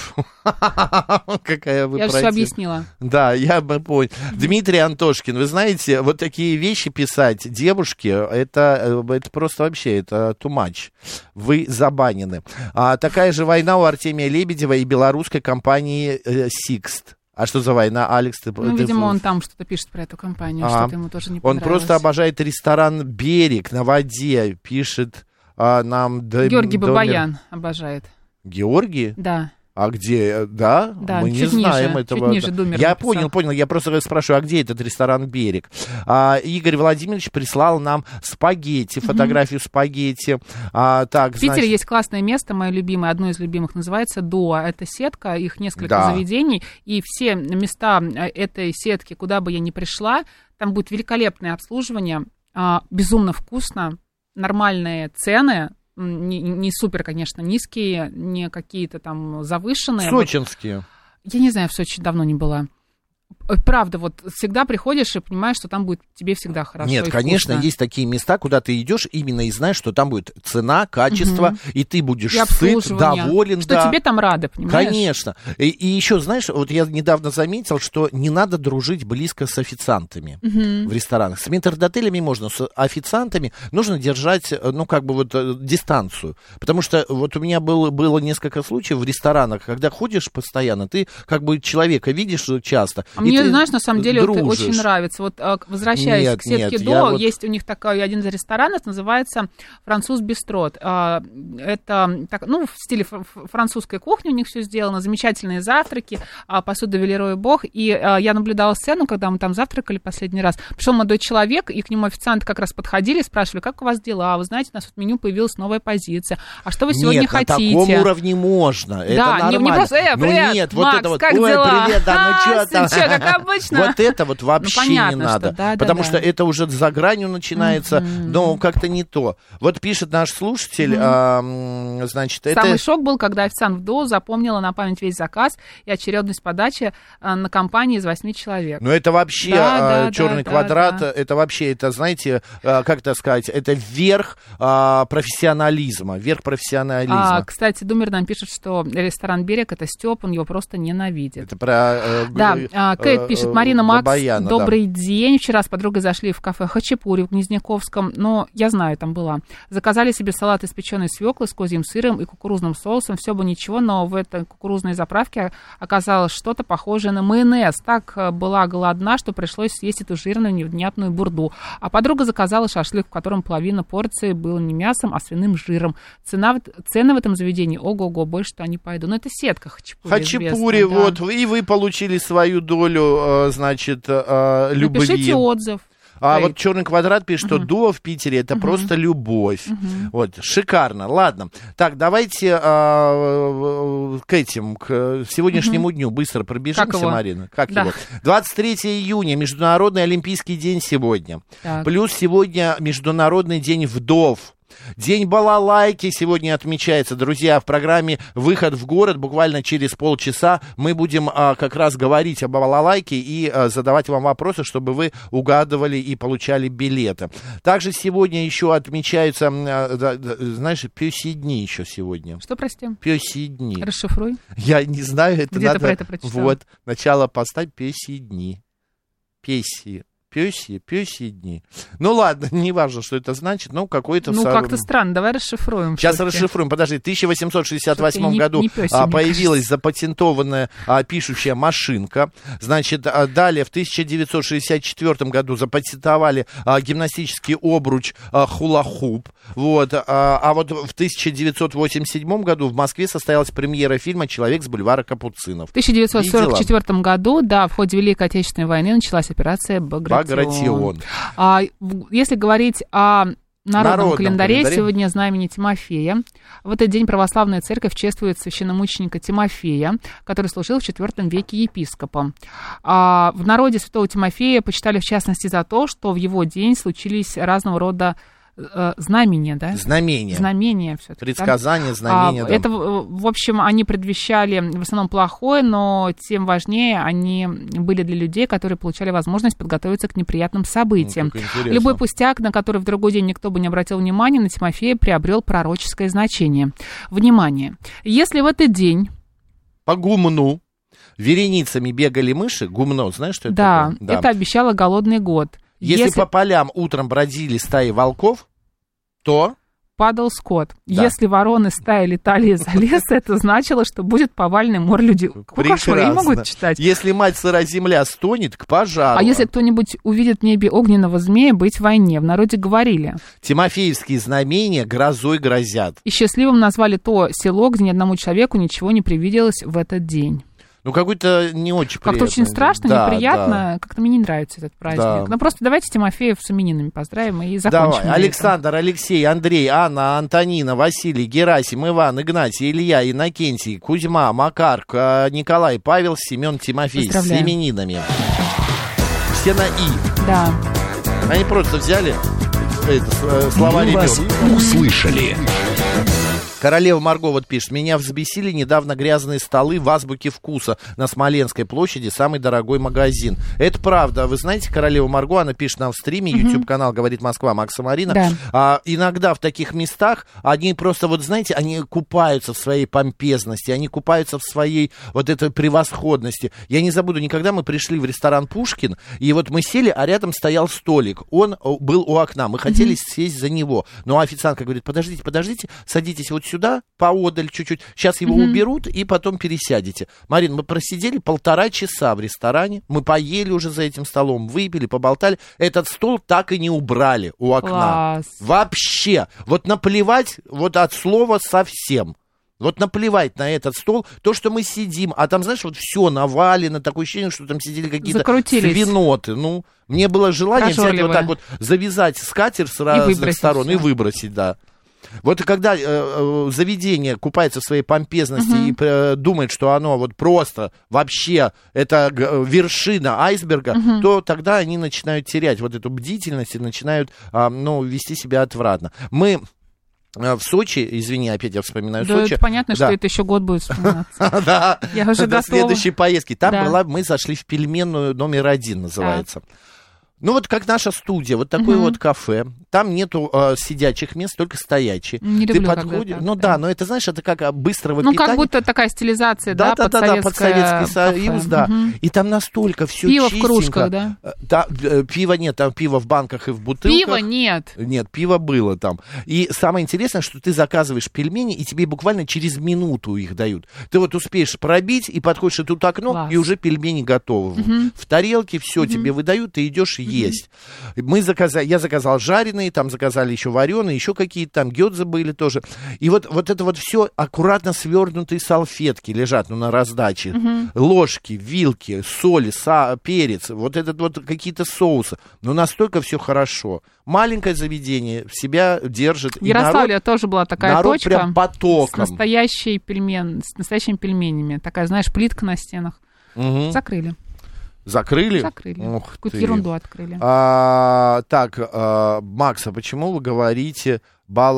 Speaker 4: Какая вы
Speaker 2: я же все
Speaker 4: противная.
Speaker 2: объяснила.
Speaker 4: Да, я бы понял. Дмитрий Антошкин, вы знаете, вот такие вещи писать девушке, это, э, это просто вообще, это too much. Вы забанены. А, такая же война у Артемия Лебедева и белорусской компании э, Sixt. А что за война, Алекс? Ты,
Speaker 2: Ну,
Speaker 4: ты-
Speaker 2: видимо, он там что-то пишет про эту компанию,
Speaker 4: А,
Speaker 2: что-то ему тоже не
Speaker 4: он
Speaker 2: понравилось.
Speaker 4: просто обожает ресторан «Берег» на воде, пишет а, нам... Д-
Speaker 2: Георгий
Speaker 4: Домер-
Speaker 2: Бабаян обожает.
Speaker 4: Георгий?
Speaker 2: Да.
Speaker 4: А где, э, да?
Speaker 2: Да,
Speaker 4: мы не
Speaker 2: чуть
Speaker 4: знаем
Speaker 2: ниже,
Speaker 4: этого.
Speaker 2: чуть ниже
Speaker 4: Да.
Speaker 2: Думер
Speaker 4: Я
Speaker 2: написал.
Speaker 4: понял, понял. Я просто спрашиваю, а где этот ресторан «Берег»? А, Игорь Владимирович прислал нам спагетти, фотографию спагетти. А, так,
Speaker 2: В Питере
Speaker 4: значит,
Speaker 2: есть классное место, мое любимое, одно из любимых, называется Дуа. Это сетка, их несколько
Speaker 4: Да.
Speaker 2: заведений, и все места э, этой сетки, куда бы я ни пришла, там будет великолепное обслуживание, а, безумно вкусно, нормальные цены, м, не, не супер, конечно, низкие, не какие-то там завышенные.
Speaker 4: сочинские.
Speaker 2: Я не знаю, в Сочи давно не была. э, правда, вот всегда приходишь и понимаешь, что там будет тебе всегда хорошо.
Speaker 4: Нет,
Speaker 2: и
Speaker 4: конечно,
Speaker 2: вкусно.
Speaker 4: есть такие места, куда ты идешь именно и знаешь, что там будет цена, качество, и ты будешь
Speaker 2: И
Speaker 4: сыт,
Speaker 2: обслуживание.
Speaker 4: доволен.
Speaker 2: Что
Speaker 4: да.
Speaker 2: тебе там рады, понимаешь?
Speaker 4: Конечно. И, и еще, знаешь, вот я недавно заметил, что не надо дружить близко с официантами в ресторанах. С метрдотелями можно, с официантами нужно держать, э, ну, как бы вот э, дистанцию. Потому что вот у меня было, было несколько случаев в ресторанах, когда ходишь постоянно, ты как бы человека видишь э, часто.
Speaker 2: А
Speaker 4: и
Speaker 2: мне,
Speaker 4: ты
Speaker 2: знаешь, на самом деле вот
Speaker 4: дружишь.
Speaker 2: очень нравится. Вот э, к- возвращаясь
Speaker 4: Нет,
Speaker 2: к сетке
Speaker 4: нет, я
Speaker 2: до,
Speaker 4: вот-
Speaker 2: есть у них такой один из ресторанов, называется «Француз Бестрот». Э, это так, ну, в стиле фр- фр- французской кухни у них все сделано, замечательные завтраки, а, посуда Велерой Бог. И э, я наблюдала сцену, когда мы там завтракали последний раз. Пришел молодой человек, и к нему официанты как раз подходили, спрашивали, как у вас дела? А Вы знаете, у нас вот в меню появилась новая позиция. А что вы сегодня
Speaker 4: нет,
Speaker 2: хотите?
Speaker 4: на таком уровне можно. это
Speaker 2: Да, не- не
Speaker 4: нормально.
Speaker 2: просто, «Э,
Speaker 4: ну
Speaker 2: привет,
Speaker 4: нет,
Speaker 2: Макс,
Speaker 4: вот это вот,
Speaker 2: как
Speaker 4: ой,
Speaker 2: дела?
Speaker 4: привет, да, ну
Speaker 2: А,
Speaker 4: что
Speaker 2: сын,
Speaker 4: там?
Speaker 2: чё, как обычно? Ну,
Speaker 4: Вот это вот вообще
Speaker 2: понятно,
Speaker 4: не
Speaker 2: что
Speaker 4: надо.
Speaker 2: да, да,
Speaker 4: потому
Speaker 2: да.
Speaker 4: что это уже за гранью начинается, но как-то не то. Вот пишет наш слушатель, а, м, значит,
Speaker 2: Самый
Speaker 4: это...
Speaker 2: шок был, когда официант в ДО запомнила на память весь заказ и очередность подачи э, на компании из восьми человек.
Speaker 4: Ну это вообще
Speaker 2: Да, да, да,
Speaker 4: черный
Speaker 2: да,
Speaker 4: квадрат,
Speaker 2: да.
Speaker 4: это вообще, это знаете, а, как это сказать, это верх а, профессионализма, верх профессионализма.
Speaker 2: А, кстати, Думер нам пишет, что ресторан «Берег» — это Степ, он его просто ненавидит.
Speaker 4: Это про... э,
Speaker 2: Да,
Speaker 4: э,
Speaker 2: а, Кейт пишет,
Speaker 4: э,
Speaker 2: Марина Макс,
Speaker 4: Бабаяна, да.
Speaker 2: добрый день. Вчера с подругой зашли в кафе Хачапури в Гнезняковском, но я знаю, там была. Заказали себе салат из печеной свеклы с козьим сыром и кукурузным соусом. Все бы ничего, но в этой кукурузной заправке оказалось что-то похожее на майонез. Так э, была голодна, что пришлось съесть эту жирную невнятную бурду. А подруга заказала шашлык, в котором половина порции было не мясом, а свиным жиром. Цена, в- цены в этом заведении, ого-го, больше что они пойду. Но это сетка Хачапури.
Speaker 4: Хачапури,
Speaker 2: известная, да.
Speaker 4: вот, и вы получили свою долю, э, значит, э, любви.
Speaker 2: Напишите отзыв.
Speaker 4: А
Speaker 2: Эй,
Speaker 4: вот черный квадрат пишет, что дуо в Питере это просто любовь. Вот, шикарно. Ладно. Так, давайте э, э, к этим, к э, сегодняшнему дню быстро пробежимся,
Speaker 2: его?
Speaker 4: Марина. Как
Speaker 2: Да.
Speaker 4: его? 23 июня, Международный Олимпийский день сегодня.
Speaker 2: Так.
Speaker 4: Плюс сегодня Международный день вдов. День балалайки сегодня отмечается, друзья, в программе «Выход в город» буквально через полчаса мы будем а, как раз говорить о балалайке и а, задавать вам вопросы, чтобы вы угадывали и получали билеты. Также сегодня еще отмечаются, м, а, да, да, знаешь, пёси дни еще сегодня.
Speaker 2: Что, прости?
Speaker 4: Пёси дни.
Speaker 2: Расшифруй.
Speaker 4: Я не знаю, это
Speaker 2: Где-то
Speaker 4: надо...
Speaker 2: про это прочитала.
Speaker 4: Вот, начало поставь песи дни. Песи. Песи, песи дни. Ну ладно, не важно, что это значит, но какой-то...
Speaker 2: ну,
Speaker 4: со-
Speaker 2: как-то странно. Давай расшифруем.
Speaker 4: Сейчас
Speaker 2: всё-таки.
Speaker 4: расшифруем. Подожди, в 1868
Speaker 2: Что-то я не-
Speaker 4: году
Speaker 2: не пёсик,
Speaker 4: а,
Speaker 2: мне
Speaker 4: появилась
Speaker 2: кажется.
Speaker 4: запатентованная а, пишущая машинка. Значит, а, далее в 1964 году запатентовали а, гимнастический обруч а, хулахуп. Вот, а, а вот в 1987 году в Москве состоялась премьера фильма «Человек с бульвара Капуцинов».
Speaker 2: В 1944 году, да, в ходе Великой Отечественной войны началась операция Багратион.
Speaker 4: Багратион.
Speaker 2: А, в- если говорить о народном,
Speaker 4: Народном
Speaker 2: календаре,
Speaker 4: календаре.
Speaker 2: сегодня знамени Тимофея. В этот день православная церковь чествует священномученика Тимофея, который служил в IV веке епископом. А, в народе святого Тимофея почитали в частности за то, что в его день случились разного рода э, знамения, да?
Speaker 4: Знамение.
Speaker 2: Знамения все-таки.
Speaker 4: Предсказание, знамение.
Speaker 2: А,
Speaker 4: да.
Speaker 2: Это, в в общем, они предвещали в основном плохое, но тем важнее они были для людей, которые получали возможность подготовиться к неприятным событиям.
Speaker 4: как интересно.
Speaker 2: Любой пустяк, на который в другой день никто бы не обратил внимания, на Тимофея приобрел пророческое значение. Внимание! Если в этот день,
Speaker 4: По гумну. Вереницами бегали мыши. Гумно, знаешь, что это
Speaker 2: да,
Speaker 4: такое? Да.
Speaker 2: это обещало голодный год,
Speaker 4: Если, по полям утром бродили стаи волков, то
Speaker 2: падал скот,
Speaker 4: Да.
Speaker 2: если вороны стаи летали из-за леса, это значило, что будет повальный мор людей. Какой кошмар, я не могу
Speaker 4: Прекрасно.
Speaker 2: это читать.
Speaker 4: если мать сыра земля стонет, к пожару.
Speaker 2: А если кто-нибудь увидит в небе огненного змея, быть в войне. В народе говорили.
Speaker 4: Тимофеевские знамения грозой грозят.
Speaker 2: И счастливым назвали то село, где ни одному человеку ничего не привиделось в этот день.
Speaker 4: Ну, какой-то не очень
Speaker 2: Как-то очень
Speaker 4: приятный.
Speaker 2: страшно,
Speaker 4: Да,
Speaker 2: неприятно. Как-то мне не нравится этот праздник.
Speaker 4: Да.
Speaker 2: Ну просто давайте Тимофеев с именинами поздравим и
Speaker 4: да.
Speaker 2: закончим.
Speaker 4: Давай,
Speaker 2: на этом.
Speaker 4: Александр, Алексей, Андрей, Анна, Антонина, Василий, Герасим, Иван, Игнатий, Илья, Иннокентий, Кузьма, Макар, К- Николай, Павел, Семен, Тимофей с
Speaker 2: Поздравляем.
Speaker 4: именинами. Все на «и».
Speaker 2: Да.
Speaker 4: Они просто взяли это, с- э, слова
Speaker 3: Мы вас
Speaker 4: ребенка.
Speaker 3: услышали.
Speaker 4: Королева Марго вот пишет. Меня взбесили недавно грязные столы в Азбуке Вкуса на Смоленской площади, самый дорогой магазин. Это правда. А Вы знаете, Королева Марго, она пишет нам в стриме, YouTube-канал «Говорит Москва» Макса Марина.
Speaker 2: Да.
Speaker 4: А, иногда в таких местах они просто, вот знаете, они купаются в своей помпезности, они купаются в своей вот этой превосходности. Я не забуду, никогда мы пришли в ресторан Пушкин, и вот мы сели, а рядом стоял столик. Он о, был у окна, мы хотели сесть за него. Но официантка говорит, подождите, подождите, садитесь вот сюда, поодаль чуть-чуть, сейчас его уберут, и потом пересядете. Марин, мы просидели полтора часа в ресторане, мы поели уже за этим столом, выпили, поболтали. Этот стол так и не убрали у окна.
Speaker 2: Класс.
Speaker 4: Вообще. Вот наплевать вот от слова совсем. Вот наплевать на этот стол, то, что мы сидим, а там, знаешь, вот все навалено, такое ощущение, что там сидели какие-то
Speaker 2: Закрутились.
Speaker 4: свиноты. Ну, мне было желание взять вот
Speaker 2: Кашурливые.
Speaker 4: так вот, завязать скатер с разных
Speaker 2: выбросить
Speaker 4: сторон и
Speaker 2: всё.
Speaker 4: выбросить, да. Вот и когда э, э, заведение купается в своей помпезности и э, думает, что оно вот просто вообще это г- э, вершина айсберга, то тогда они начинают терять вот эту бдительность и начинают, а, ну, вести себя отвратно. Мы э, в Сочи, извини, опять я вспоминаю
Speaker 2: Да,
Speaker 4: Сочи.
Speaker 2: это понятно,
Speaker 4: Да.
Speaker 2: что это еще год будет вспоминаться.
Speaker 4: Да,
Speaker 2: Я уже
Speaker 4: до
Speaker 2: готова.
Speaker 4: следующей поездки. Там
Speaker 2: Да.
Speaker 4: была, мы зашли в пельменную номер один, называется. Ну вот как наша студия, вот такое
Speaker 2: Мгм.
Speaker 4: вот кафе. Там нету э, сидячих мест, только стоячие.
Speaker 2: Не
Speaker 4: Ты
Speaker 2: люблю, когда
Speaker 4: подходишь,
Speaker 2: так,
Speaker 4: ну
Speaker 2: да.
Speaker 4: да, но это знаешь, это как а, быстрого
Speaker 2: Ну,
Speaker 4: питания.
Speaker 2: как будто такая стилизация, да,
Speaker 4: да, да, да, да, под
Speaker 2: подсоветская
Speaker 4: Советский Союз,
Speaker 2: кафе.
Speaker 4: да.
Speaker 2: Мгм.
Speaker 4: И там настолько все
Speaker 2: Пиво в кружках, да?
Speaker 4: Да, э, пива нет, там пиво в банках и в бутылках.
Speaker 2: Пива нет.
Speaker 4: Нет, пиво было там. И самое интересное, что ты заказываешь пельмени, и тебе буквально через минуту их дают. Ты вот успеешь пробить, и подходишь и тут окно,
Speaker 2: Класс.
Speaker 4: и уже пельмени готовы. В тарелке все тебе выдают, ты идешь есть. Мы заказали, я заказал жареные, там заказали еще вареные, еще какие-то там гёдзы были тоже. И вот, вот это вот все аккуратно свернутые салфетки лежат ну, на раздаче. Ложки, вилки, соль, са- перец, вот этот вот какие-то соусы. Но настолько все хорошо. Маленькое заведение себя держит.
Speaker 2: В
Speaker 4: и народ-
Speaker 2: Ярославле тоже была такая
Speaker 4: народ
Speaker 2: точка.
Speaker 4: прям
Speaker 2: С
Speaker 4: потоком.
Speaker 2: настоящей пельмен, с настоящими пельменями. Такая, знаешь, плитка на стенах.
Speaker 4: Мгм.
Speaker 2: Закрыли.
Speaker 4: Закрыли?
Speaker 2: Закрыли.
Speaker 4: Ух
Speaker 2: Какую-то
Speaker 4: ты.
Speaker 2: ерунду открыли.
Speaker 4: А, так, а, Макс, а почему вы говорите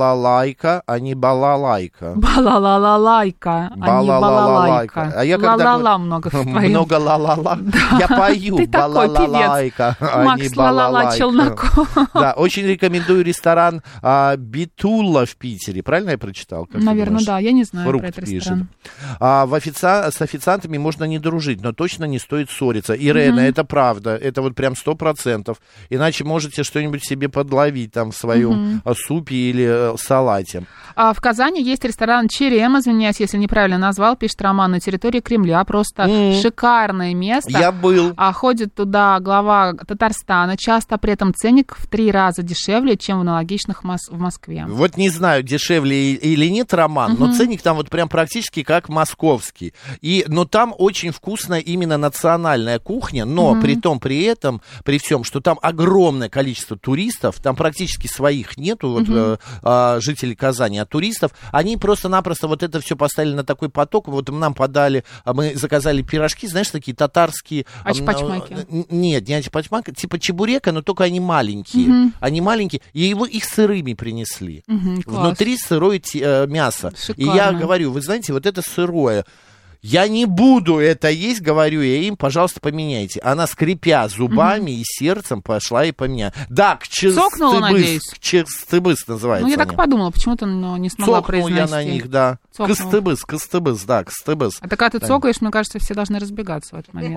Speaker 4: балалайка, а не балалайка?
Speaker 2: Балалалалайка, а не балалайка.
Speaker 4: А я когда
Speaker 2: Ла-ла-ла
Speaker 4: говорю-
Speaker 2: много в твоем.
Speaker 4: Много ла-ла-ла. Я пою
Speaker 2: Ты такой
Speaker 4: балалайка, а не
Speaker 2: Макс Лалала
Speaker 4: балалайка.
Speaker 2: Челноков.
Speaker 4: Да, очень рекомендую ресторан а, Битула в Питере. Правильно я прочитал? Как ты
Speaker 2: Наверное,
Speaker 4: думаешь?
Speaker 2: да. Я не знаю
Speaker 4: Фрукт
Speaker 2: про этот
Speaker 4: пишет.
Speaker 2: ресторан.
Speaker 4: А, в офица- С официантами можно не дружить, но точно не стоит ссориться. Ирена, это правда, это вот прям сто процентов. Иначе можете что-нибудь себе подловить там в своем а, супе или э, салате.
Speaker 2: А в Казани есть ресторан Черем, извиняюсь, если неправильно назвал, пишет Роман, на территории Кремля. Просто
Speaker 4: М.
Speaker 2: шикарное место.
Speaker 4: Я был.
Speaker 2: А ходит туда глава Татарстана, часто при этом ценник в три раза дешевле, чем в аналогичных мос- в Москве.
Speaker 4: Вот не знаю, дешевле и- или нет, Роман, но ценник там вот прям практически как московский. И, но там очень вкусная именно национальная кухня, но при том, при этом, при всем, что там огромное количество туристов, там практически своих нету, вот, э, а, жителей Казани, а туристов, они просто-напросто вот это все поставили на такой поток, вот нам подали, а мы заказали пирожки, знаешь, такие татарские.
Speaker 2: А
Speaker 4: м,
Speaker 2: Ачпачмаки.
Speaker 4: э, Н- Нет, не антипачмак, типа чебурека, но только они маленькие. Они маленькие, и его их сырыми принесли.
Speaker 2: Мгм, класс.
Speaker 4: Внутри сырое те- э, мясо. И я
Speaker 2: Шикарно.
Speaker 4: говорю, вы знаете, вот это сырое. Я не буду это есть, говорю я им, пожалуйста, поменяйте. Она, скрипя зубами и сердцем, пошла и поменяла. Да, к
Speaker 2: Цокнула,
Speaker 4: черстыбыс.
Speaker 2: надеюсь?
Speaker 4: К черстыбыс называется.
Speaker 2: Ну, я так
Speaker 4: она.
Speaker 2: и подумала, почему-то но не смогла
Speaker 4: Цокнул я
Speaker 2: произнести.
Speaker 4: на них, да.
Speaker 2: Цокнула.
Speaker 4: Кыстыбыс, кыстыбыс, да, кыстыбыс.
Speaker 2: А так, когда ты
Speaker 4: Да.
Speaker 2: цокаешь, мне кажется, все должны разбегаться в этот момент.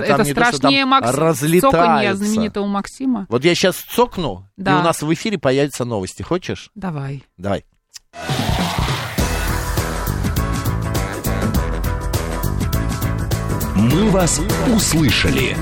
Speaker 2: Потому что
Speaker 4: там
Speaker 2: это
Speaker 4: не то, что
Speaker 2: страшнее
Speaker 4: там
Speaker 2: Макс...
Speaker 4: разлетается.
Speaker 2: цоканье знаменитого Максима.
Speaker 4: Вот я сейчас цокну,
Speaker 2: Да.
Speaker 4: и у нас в эфире появятся новости. Хочешь?
Speaker 2: Давай.
Speaker 4: Давай.
Speaker 3: «Мы вас услышали».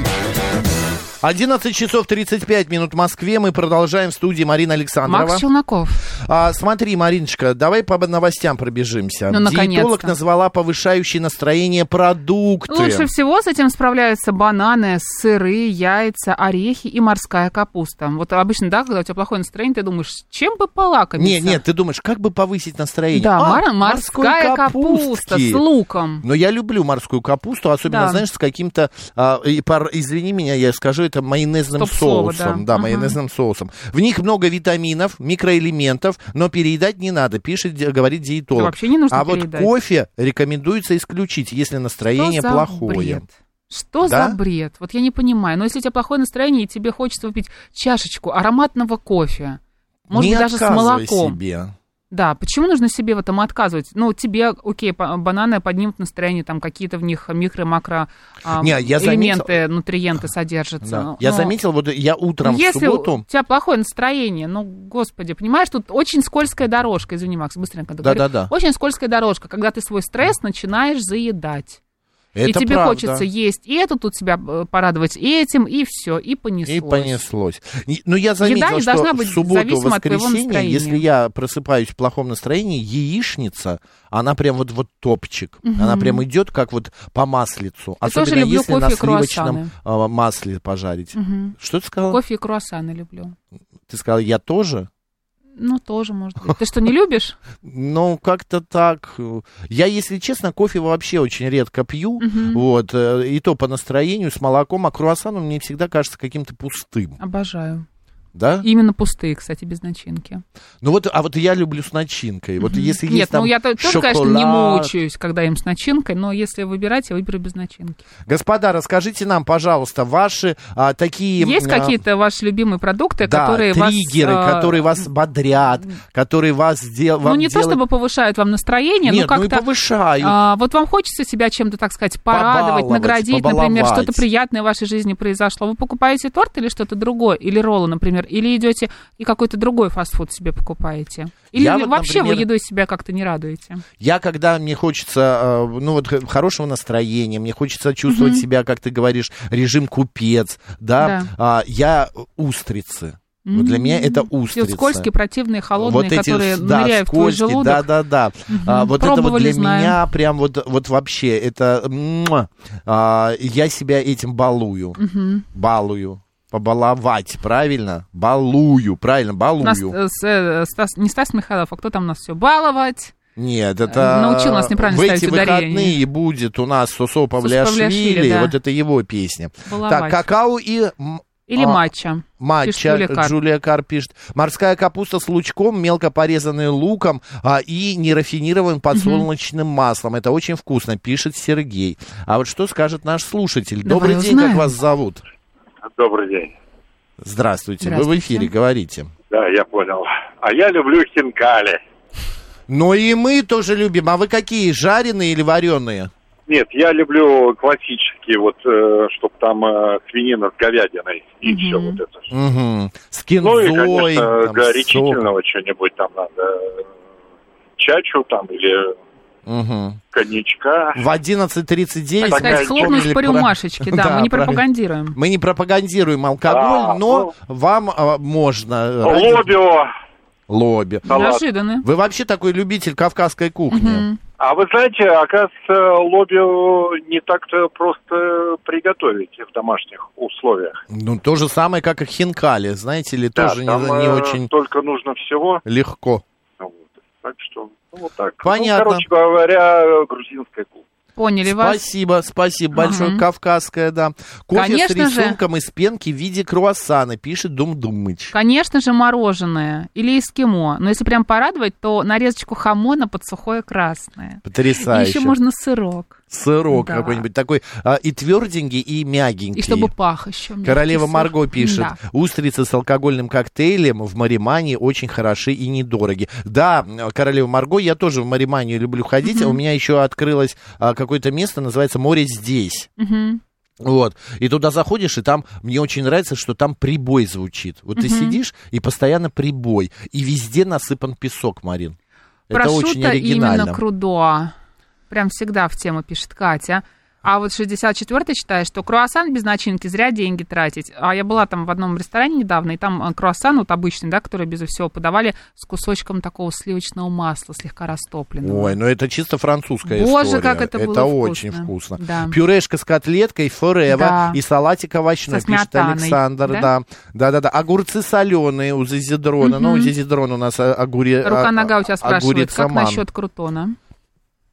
Speaker 4: 11 часов 35 минут в Москве. Мы продолжаем в студии Марина Александрова.
Speaker 2: Макс Челноков.
Speaker 4: А, смотри, Мариночка, давай по новостям пробежимся.
Speaker 2: Ну,
Speaker 4: Диетолог
Speaker 2: наконец-то.
Speaker 4: назвала повышающие настроение продукты.
Speaker 2: Лучше всего с этим справляются бананы, сыры, яйца, орехи и морская капуста. Вот обычно, да, когда у тебя плохое настроение, ты думаешь, чем бы полакомиться?
Speaker 4: Не, нет, ты думаешь, как бы повысить настроение?
Speaker 2: Да,
Speaker 4: А,
Speaker 2: мор- морская
Speaker 4: морской
Speaker 2: капуста
Speaker 4: капустки.
Speaker 2: с луком.
Speaker 4: Но я люблю морскую капусту, особенно,
Speaker 2: Да.
Speaker 4: знаешь, с каким-то, а, и пар- извини меня, я скажу это майонезным
Speaker 2: Топ-соло,
Speaker 4: соусом.
Speaker 2: да.
Speaker 4: Да,
Speaker 2: Мгм.
Speaker 4: майонезным соусом. В них много витаминов, микроэлементов, но переедать не надо, пишет, де- говорит диетолог.
Speaker 2: Да вообще не нужно
Speaker 4: а вот
Speaker 2: переедать.
Speaker 4: кофе рекомендуется исключить, если
Speaker 2: Что
Speaker 4: настроение
Speaker 2: за
Speaker 4: плохое.
Speaker 2: бред? Что
Speaker 4: Да?
Speaker 2: за бред? Вот я не понимаю. Но если у тебя плохое настроение, и тебе хочется выпить чашечку ароматного кофе, может
Speaker 4: не
Speaker 2: быть, даже с
Speaker 4: отказывай
Speaker 2: молоком.
Speaker 4: себе.
Speaker 2: Да, почему нужно себе в этом отказывать? Ну, тебе, окей, па- бананы поднимут настроение, там какие-то в них микро- макро а,
Speaker 4: Не, я заметил-
Speaker 2: элементы, нутриенты содержатся.
Speaker 4: Да.
Speaker 2: Ну,
Speaker 4: Я
Speaker 2: ну,
Speaker 4: заметил, вот я утром
Speaker 2: Если
Speaker 4: в субботу...
Speaker 2: у тебя плохое настроение, ну, господи, понимаешь, тут очень скользкая дорожка, извини, Макс, быстренько договорю.
Speaker 4: Да-да-да.
Speaker 2: Очень скользкая дорожка, когда ты свой стресс начинаешь заедать. и
Speaker 4: это
Speaker 2: тебе
Speaker 4: правда.
Speaker 2: хочется есть и это, тут себя э, порадовать и этим, и все, и понеслось.
Speaker 4: И понеслось. Не- Но я заметил,
Speaker 2: не
Speaker 4: что
Speaker 2: должна
Speaker 4: в
Speaker 2: быть
Speaker 4: субботу,
Speaker 2: зависима от твоего
Speaker 4: воскресенье,
Speaker 2: настроения.
Speaker 4: если я просыпаюсь в плохом настроении, яичница, она прям вот, вот топчик. Она прям идет как вот по маслицу. Особенно
Speaker 2: тоже люблю
Speaker 4: если
Speaker 2: кофе
Speaker 4: на
Speaker 2: и
Speaker 4: сливочном а, масле пожарить. Что ты сказала?
Speaker 2: Кофе и круассаны люблю.
Speaker 4: Ты сказала, я тоже?
Speaker 2: Ну, тоже, может быть. Ты что, не любишь?
Speaker 4: Ну, как-то так. Я, если честно, кофе вообще очень редко пью. Вот. э, И то по настроению, с молоком. А круассан он мне всегда кажется каким-то пустым.
Speaker 2: Обожаю.
Speaker 4: Да?
Speaker 2: Именно пустые, кстати, без начинки.
Speaker 4: Ну вот, а вот я люблю с начинкой. Вот если есть
Speaker 2: Нет,
Speaker 4: там
Speaker 2: ну я то- тоже, конечно, не
Speaker 4: шоколад.
Speaker 2: мучаюсь, когда им с начинкой, но если выбирать, я выберу без начинки.
Speaker 4: Господа, расскажите нам, пожалуйста, ваши а, такие...
Speaker 2: Есть
Speaker 4: а,
Speaker 2: какие-то ваши любимые продукты,
Speaker 4: да,
Speaker 2: которые вас...
Speaker 4: триггеры,
Speaker 2: э,
Speaker 4: которые вас бодрят, которые вас делают...
Speaker 2: Ну, не то чтобы повышают вам настроение,
Speaker 4: Нет,
Speaker 2: но как-то...
Speaker 4: ну и повышают.
Speaker 2: А, вот вам хочется себя чем-то, так сказать, порадовать,
Speaker 4: Побаловать,
Speaker 2: наградить, например,
Speaker 4: побаловать.
Speaker 2: что-то приятное в вашей жизни произошло. Вы покупаете торт или что-то другое, или роллы, например, или идете и какой-то другой фастфуд себе покупаете. Или
Speaker 4: Я вот,
Speaker 2: вообще вы
Speaker 4: например,
Speaker 2: едой себя как-то не радуете.
Speaker 4: Я, когда мне хочется, э, ну, вот х- хорошего настроения, мне хочется чувствовать себя, как ты говоришь, режим купец, да,
Speaker 2: Да.
Speaker 4: а, я устрицы. Вот для меня это
Speaker 2: Все
Speaker 4: устрицы.
Speaker 2: скользкие, противные, холодные,
Speaker 4: вот эти,
Speaker 2: которые
Speaker 4: да,
Speaker 2: ныряют в твой
Speaker 4: скользкие,
Speaker 2: желудок.
Speaker 4: Да, да, да. А, вот это вот
Speaker 2: Пробовали,
Speaker 4: для
Speaker 2: знаем.
Speaker 4: меня прям вот, вот вообще это муа. А, я себя этим балую, балую. Побаловать, правильно? Балую, правильно,
Speaker 2: У нас
Speaker 4: балую.
Speaker 2: э, с- э, Стас- не Стас Михайлов, а кто там нас все баловать?
Speaker 4: Нет, это...
Speaker 2: Э, научил нас неправильно
Speaker 4: в эти
Speaker 2: ставить ударение.
Speaker 4: выходные будет у нас Сосо
Speaker 2: Павлиашвили,
Speaker 4: Павлиашвили,
Speaker 2: да.
Speaker 4: вот это его песня.
Speaker 2: Баловать.
Speaker 4: Так, какао и м-
Speaker 2: Или
Speaker 4: а,
Speaker 2: матча.
Speaker 4: Матча,
Speaker 2: Пишет Юлия Карп.
Speaker 4: Джулия Кар пишет. Морская капуста с лучком, мелко порезанный луком а, и нерафинированным подсолнечным маслом. Это очень вкусно, пишет Сергей. А вот что скажет наш слушатель?
Speaker 2: Давай
Speaker 4: Добрый день,
Speaker 2: узнаем.
Speaker 4: как вас зовут?
Speaker 5: Добрый день.
Speaker 4: Здравствуйте. Вы в
Speaker 2: Здравствуйте.
Speaker 4: эфире, говорите.
Speaker 5: Да, я понял. А я люблю хинкали.
Speaker 4: Ну и мы тоже любим. А вы какие, жареные или вареные?
Speaker 5: Нет, я люблю классические, вот, чтобы там э, свинина с говядиной и все вот это. всё.
Speaker 4: Угу. С
Speaker 5: Ну
Speaker 4: кинзой.
Speaker 5: и, конечно,
Speaker 4: там, сок.
Speaker 5: горячительного чего-нибудь там надо. Чачу там или
Speaker 4: Мгм.
Speaker 5: коньячка.
Speaker 4: В 11.39
Speaker 5: Так,
Speaker 2: Кстати,
Speaker 5: опять
Speaker 2: хлопнуть
Speaker 4: вспомнили
Speaker 2: по
Speaker 4: про-
Speaker 2: рюмашечке, да,
Speaker 4: Да,
Speaker 2: мы не
Speaker 4: правильно.
Speaker 2: пропагандируем.
Speaker 4: Мы не пропагандируем алкоголь,
Speaker 5: А,
Speaker 4: но вам а, можно. ради-
Speaker 5: Лобио.
Speaker 4: Лобби.
Speaker 5: салат.
Speaker 2: Неожиданно.
Speaker 4: Вы вообще такой любитель кавказской кухни.
Speaker 5: А вы знаете, оказывается, лобио не так-то просто приготовить в домашних условиях.
Speaker 4: Ну, то же самое, как и хинкали, знаете ли, тоже не-
Speaker 5: да, там,
Speaker 4: не,
Speaker 5: э,
Speaker 4: очень
Speaker 5: Только нужно всего.
Speaker 4: легко.
Speaker 5: Ну, Вот. Так что, ну, вот так.
Speaker 4: Понятно.
Speaker 5: Ну, короче говоря, грузинская кухня.
Speaker 2: Поняли вас.
Speaker 4: Спасибо, спасибо большое, кавказская, да. Кофе
Speaker 2: Конечно
Speaker 4: с
Speaker 2: же.
Speaker 4: рисунком из пенки в виде круассана, пишет Дум Думыч.
Speaker 2: Конечно же, мороженое или эскимо. Но если прям порадовать, то нарезочку хамона под сухое красное. И
Speaker 4: Потрясающе.
Speaker 2: еще можно сырок.
Speaker 4: Сырок
Speaker 2: Да.
Speaker 4: какой-нибудь такой, а, и тверденький, и мягенький.
Speaker 2: И чтобы пах еще. мягкий
Speaker 4: Королева
Speaker 2: сыр.
Speaker 4: Марго пишет,
Speaker 2: Да.
Speaker 4: устрицы с алкогольным коктейлем в Маримане очень хороши и недороги. Да, Королева Марго, я тоже в Маримане люблю ходить, а у меня еще открылось а, какое-то место, называется «Море здесь».
Speaker 2: Мгм.
Speaker 4: Вот. И туда заходишь, и там мне очень нравится, что там прибой звучит. Вот ты сидишь, и постоянно прибой. И везде насыпан песок, Марин. Это
Speaker 2: Прошутто
Speaker 4: очень
Speaker 2: именно
Speaker 4: оригинально.
Speaker 2: крудоа. Прям всегда в тему пишет Катя. А вот 64-й считает, что круассан без начинки зря деньги тратить. А я была там в одном ресторане недавно, и там а, круассан вот обычный, да, который безо всего подавали с кусочком такого сливочного масла, слегка растопленного.
Speaker 4: Ой, ну это чисто французская
Speaker 2: Боже,
Speaker 4: история.
Speaker 2: как это было
Speaker 4: Это
Speaker 2: вкусно.
Speaker 4: очень вкусно.
Speaker 2: Да.
Speaker 4: Пюрешка с котлеткой, форева
Speaker 2: Да.
Speaker 4: и салатик овощной,
Speaker 2: Со
Speaker 4: пишет
Speaker 2: сметаной,
Speaker 4: Александр.
Speaker 2: да?
Speaker 4: Да? да, да, да. Огурцы соленые у Зизидрона. Ну, у Зизидрона у нас огуре...
Speaker 2: Рука
Speaker 4: а-
Speaker 2: нога у тебя спрашивает,
Speaker 4: огурец
Speaker 2: как
Speaker 4: Аман.
Speaker 2: насчет крутона?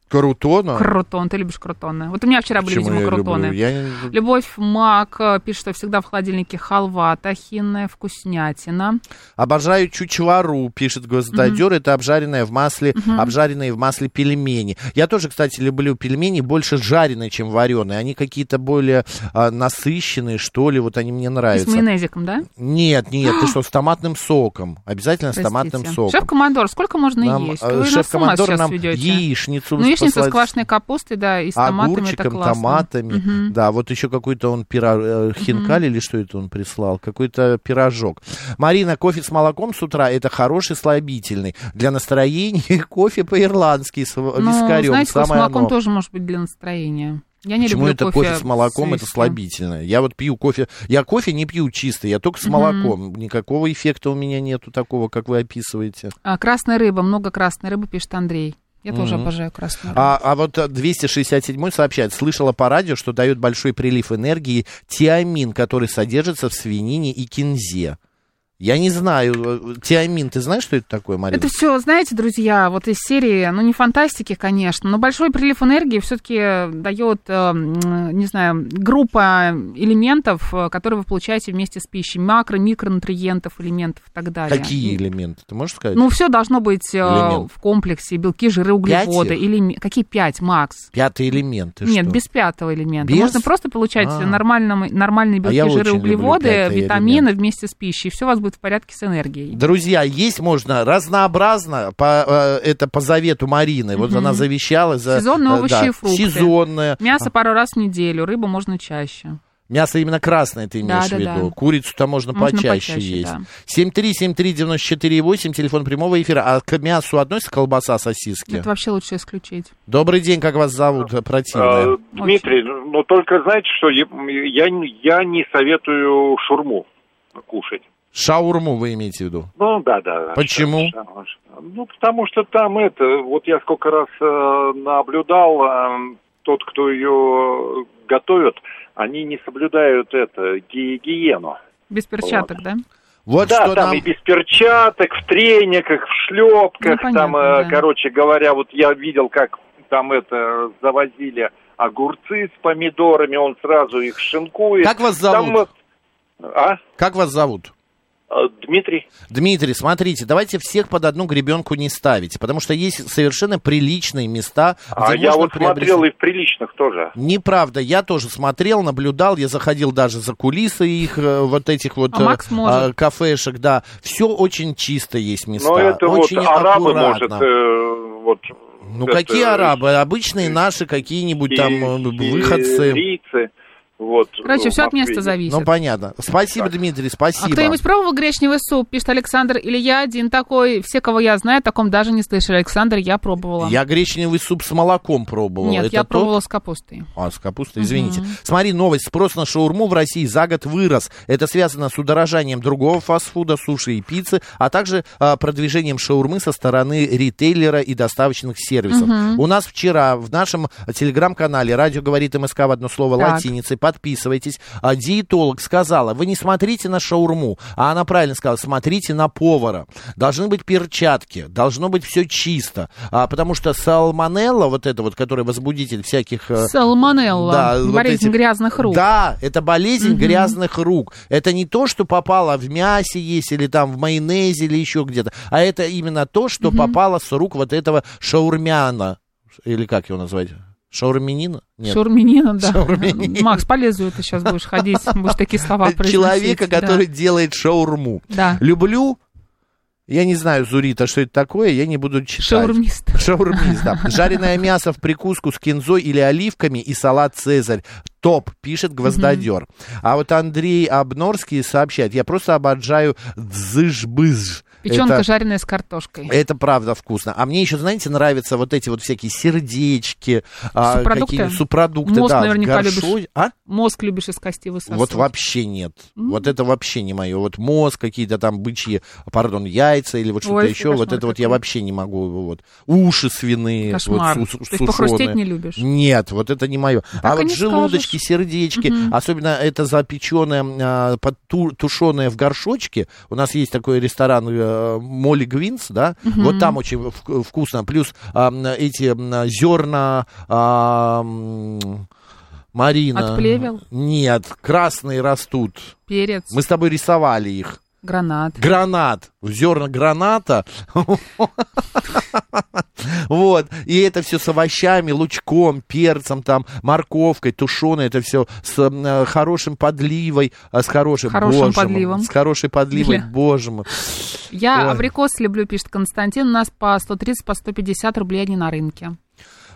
Speaker 4: Крутона?
Speaker 2: Крутон, ты любишь крутоны. Вот у меня вчера были,
Speaker 4: Почему
Speaker 2: видимо,
Speaker 4: я люблю?
Speaker 2: крутоны.
Speaker 4: Я не-
Speaker 2: Любовь Мак э, пишет, что всегда в холодильнике халва, тахинная, вкуснятина.
Speaker 4: Обожаю чучвару, пишет госдадер. Это обжаренное в масле, обжаренные в масле пельмени. Я тоже, кстати, люблю пельмени больше жареные, чем вареные. Они какие-то более а, насыщенные, что ли. Вот они мне
Speaker 2: И с
Speaker 4: нравятся.
Speaker 2: майонезиком, да?
Speaker 4: Нет, нет, ты что, с томатным соком. Обязательно с томатным
Speaker 2: Простите.
Speaker 4: соком.
Speaker 2: Шеф-командор, сколько можно
Speaker 4: Нам,
Speaker 2: есть?
Speaker 4: э,
Speaker 2: Вы нас с ума
Speaker 4: шеф-командор
Speaker 2: сейчас
Speaker 4: нам
Speaker 2: ведете.
Speaker 4: яичницу
Speaker 2: Ну, яичница с
Speaker 4: послать-
Speaker 2: квашеной капустой, да, и с томатами, это
Speaker 4: огурчиком,
Speaker 2: классно.
Speaker 4: томатами. Да, вот еще какой-то он пира... э, хинкаль или что это он прислал, какой-то пирожок. Марина, кофе с молоком с утра это хороший слабительный. Для настроения кофе по-ирландски с в-
Speaker 2: Ну,
Speaker 4: вискарем.
Speaker 2: знаете, кофе с
Speaker 4: самое
Speaker 2: молоком
Speaker 4: оно.
Speaker 2: тоже может быть для настроения. Я не
Speaker 4: Почему
Speaker 2: люблю
Speaker 4: это кофе, с молоком, это
Speaker 2: виском.
Speaker 4: слабительное? Я вот пью кофе, я кофе не пью чистый, я только с молоком. Никакого эффекта у меня нету такого, как вы описываете.
Speaker 2: А, красная рыба, много красной рыбы, пишет Андрей. Я тоже
Speaker 4: Мгм.
Speaker 2: обожаю красную рыбу.
Speaker 4: А, а вот э, 267 сообщает, слышала по радио, что дает большой прилив энергии тиамин, который содержится в свинине и кинзе. Я не знаю, э, тиамин, ты знаешь, что это такое, Марина?
Speaker 2: Это все, знаете, друзья, вот из серии, ну не фантастики, конечно, но большой прилив энергии все-таки дает, э, м, не знаю, группа элементов, э, которые вы получаете вместе с пищей, макро, микронутриентов, элементов и так далее.
Speaker 4: Какие элементы, ты можешь сказать?
Speaker 2: Ну, все должно быть э,
Speaker 4: Элемент.
Speaker 2: в комплексе белки, жиры, углеводы.
Speaker 4: Пять их?
Speaker 2: Или... Какие пять, Макс?
Speaker 4: Пятый элемент, ты
Speaker 2: Нет,
Speaker 4: что?
Speaker 2: без пятого элемента.
Speaker 4: Без?
Speaker 2: Можно просто получать
Speaker 4: А.
Speaker 2: нормальном- нормальные белки,
Speaker 4: я
Speaker 2: жиры,
Speaker 4: очень люблю
Speaker 2: углеводы,
Speaker 4: пятый
Speaker 2: витамины
Speaker 4: элемент.
Speaker 2: вместе с пищей. Все у вас будет в порядке с энергией.
Speaker 4: Друзья, есть можно разнообразно, по, э, это по завету Марины, вот она завещала за...
Speaker 2: Сезонные
Speaker 4: э,
Speaker 2: овощи
Speaker 4: да,
Speaker 2: и фрукты.
Speaker 4: Сезонное.
Speaker 2: Мясо пару раз в неделю, рыбу можно чаще.
Speaker 4: Мясо именно красное ты имеешь
Speaker 2: Да,
Speaker 4: в
Speaker 2: да,
Speaker 4: виду.
Speaker 2: да.
Speaker 4: Курицу-то можно,
Speaker 2: Можно
Speaker 4: почаще,
Speaker 2: почаще,
Speaker 4: есть.
Speaker 2: да.
Speaker 4: 7373948, телефон прямого эфира. А к мясу относится колбаса, сосиски?
Speaker 2: Это вообще лучше исключить.
Speaker 4: Добрый день, как вас зовут, э, противная?
Speaker 5: Э, Дмитрий, но только знаете, что я, я, не- я не советую шурму кушать.
Speaker 4: Шаурму вы имеете в виду?
Speaker 5: Ну да, да. да.
Speaker 4: Почему?
Speaker 5: Ш- ш- ш- Ну потому что там это, вот я сколько раз э, наблюдал, э, тот, кто ее готовит, они не соблюдают это ги- гигиену.
Speaker 2: Без перчаток, да?
Speaker 4: Вот
Speaker 5: Ну да,
Speaker 4: что
Speaker 5: там
Speaker 4: нам...
Speaker 5: и без перчаток, в трениках, в шлепках,
Speaker 2: Ну,
Speaker 5: там,
Speaker 2: понятно,
Speaker 5: э,
Speaker 2: да.
Speaker 5: короче говоря, вот я видел, как там это завозили огурцы с помидорами, он сразу их шинкует.
Speaker 4: Как вас
Speaker 5: Там,
Speaker 4: зовут?
Speaker 5: э, а?
Speaker 4: Как вас зовут?
Speaker 5: Э, Дмитрий?
Speaker 4: Дмитрий, смотрите, давайте всех под одну гребенку не ставить, потому что есть совершенно приличные места,
Speaker 5: А
Speaker 4: где
Speaker 5: я
Speaker 4: можно
Speaker 5: вот
Speaker 4: приобрести-
Speaker 5: смотрел и в приличных тоже.
Speaker 4: Неправда, я тоже смотрел, наблюдал, я заходил даже за кулисы их э, вот этих вот
Speaker 2: А
Speaker 4: э,
Speaker 2: Макс может.
Speaker 4: кафешек, да. Все очень чисто есть места,
Speaker 5: Но Ну, это вот
Speaker 4: очень
Speaker 5: арабы, может,
Speaker 4: аккуратно.
Speaker 5: э, вот...
Speaker 4: Ну
Speaker 5: это,
Speaker 4: какие арабы? Обычные наши какие-нибудь там э,
Speaker 5: и-
Speaker 4: выходцы.
Speaker 5: сирийцы, вот.
Speaker 2: Короче,
Speaker 5: в
Speaker 2: все от
Speaker 5: Москве.
Speaker 2: места зависит.
Speaker 4: Ну понятно. Спасибо, Дмитрий,
Speaker 2: а
Speaker 4: спасибо.
Speaker 2: кто-нибудь пробовал гречневый суп, пишет Александр, или я один такой, все, кого я знаю, о таком даже не слышали. Александр, я пробовала.
Speaker 4: Я гречневый суп с молоком пробовал.
Speaker 2: Нет,
Speaker 4: Это
Speaker 2: я
Speaker 4: тот?
Speaker 2: пробовала с капустой.
Speaker 4: А, с капустой, извините. Смотри, новость. Спрос на шаурму в России за год вырос. Это связано с удорожанием другого фастфуда, суши и пиццы, а также а, продвижением шаурмы со стороны ритейлера и доставочных сервисов. У нас вчера в нашем телеграм-канале «Радио говорит МСК» в одно слово
Speaker 2: Так.
Speaker 4: латиницей, подписывайтесь, а, диетолог сказала, вы не смотрите на шаурму, а она правильно сказала, смотрите на повара. Должны быть перчатки, должно быть все чисто, а, потому что салмонелла, вот это вот, который возбудитель всяких... э,
Speaker 2: Салмонелла,
Speaker 4: вот
Speaker 2: болезнь
Speaker 4: эти-
Speaker 2: грязных рук.
Speaker 4: Да, это болезнь грязных рук. Это не то, что попало в мясе есть, или там в майонезе, или еще где-то, а это именно то, что попало с рук вот этого шаурмяна, или как его назвать? Шаурмянина? Нет.
Speaker 2: Шаурменина, да.
Speaker 4: Шаурменина.
Speaker 2: Макс, по лезвию ты сейчас будешь ходить, будешь такие слова произносить.
Speaker 4: Э, Человека,
Speaker 2: да.
Speaker 4: который делает шаурму.
Speaker 2: Да,
Speaker 4: Люблю, я не знаю, Зурита, что это такое, я не буду читать.
Speaker 2: шаурмист.
Speaker 4: Шаурмиз, да. Жареное мясо в прикуску с кинзой или оливками и салат «Цезарь». Топ, пишет гвоздодер. А вот Андрей Обнорский сообщает, я просто обожаю дзыж-бызж.
Speaker 2: Печенка
Speaker 4: это, Э,
Speaker 2: жареная с картошкой.
Speaker 4: это правда вкусно. А мне еще, знаете, нравятся вот эти вот всякие сердечки, а,
Speaker 2: Супродукты?
Speaker 4: какие-нибудь супродукты.
Speaker 2: Мозг
Speaker 4: да,
Speaker 2: наверняка
Speaker 4: горшочек.
Speaker 2: любишь.
Speaker 4: А?
Speaker 2: Мозг любишь из кости высосать.
Speaker 4: Вот вообще нет. Вот это вообще не мое. Вот мозг, какие-то там бычьи, пардон, яйца или вот что-то
Speaker 2: Ой,
Speaker 4: еще. Вот
Speaker 2: кошмар
Speaker 4: это вот я
Speaker 2: какой.
Speaker 4: вообще не могу. Вот. Уши свиные. вот
Speaker 2: Кошмар.
Speaker 4: су- су-
Speaker 2: То есть похрустеть
Speaker 4: сушеные.
Speaker 2: не любишь?
Speaker 4: Нет, вот это не мое. а
Speaker 2: и
Speaker 4: вот
Speaker 2: не
Speaker 4: желудочки, сердечки, особенно это запеченное, а, под ту- тушеное в горшочке. У нас есть такой ресторан э, э, Молли Гвинс, да, вот там очень вк- вкусно, плюс а, м, эти м, зерна... а, м, Марина.
Speaker 2: От плевел?
Speaker 4: Нет, красные растут.
Speaker 2: Перец,
Speaker 4: Мы с тобой рисовали их.
Speaker 2: гранат.
Speaker 4: Гранат. Зерна граната. Вот. И это все с овощами, лучком, перцем, там, морковкой, тушеной. Это все с м, э, хорошим подливой. а, С хорошим,
Speaker 2: Хорошим
Speaker 4: боже мой,
Speaker 2: подливом.
Speaker 4: С хорошей подливой,
Speaker 2: Бля.
Speaker 4: боже мой.
Speaker 2: Я
Speaker 4: Ой.
Speaker 2: абрикос люблю, пишет Константин. У нас по 130, по 150 рублей они на рынке.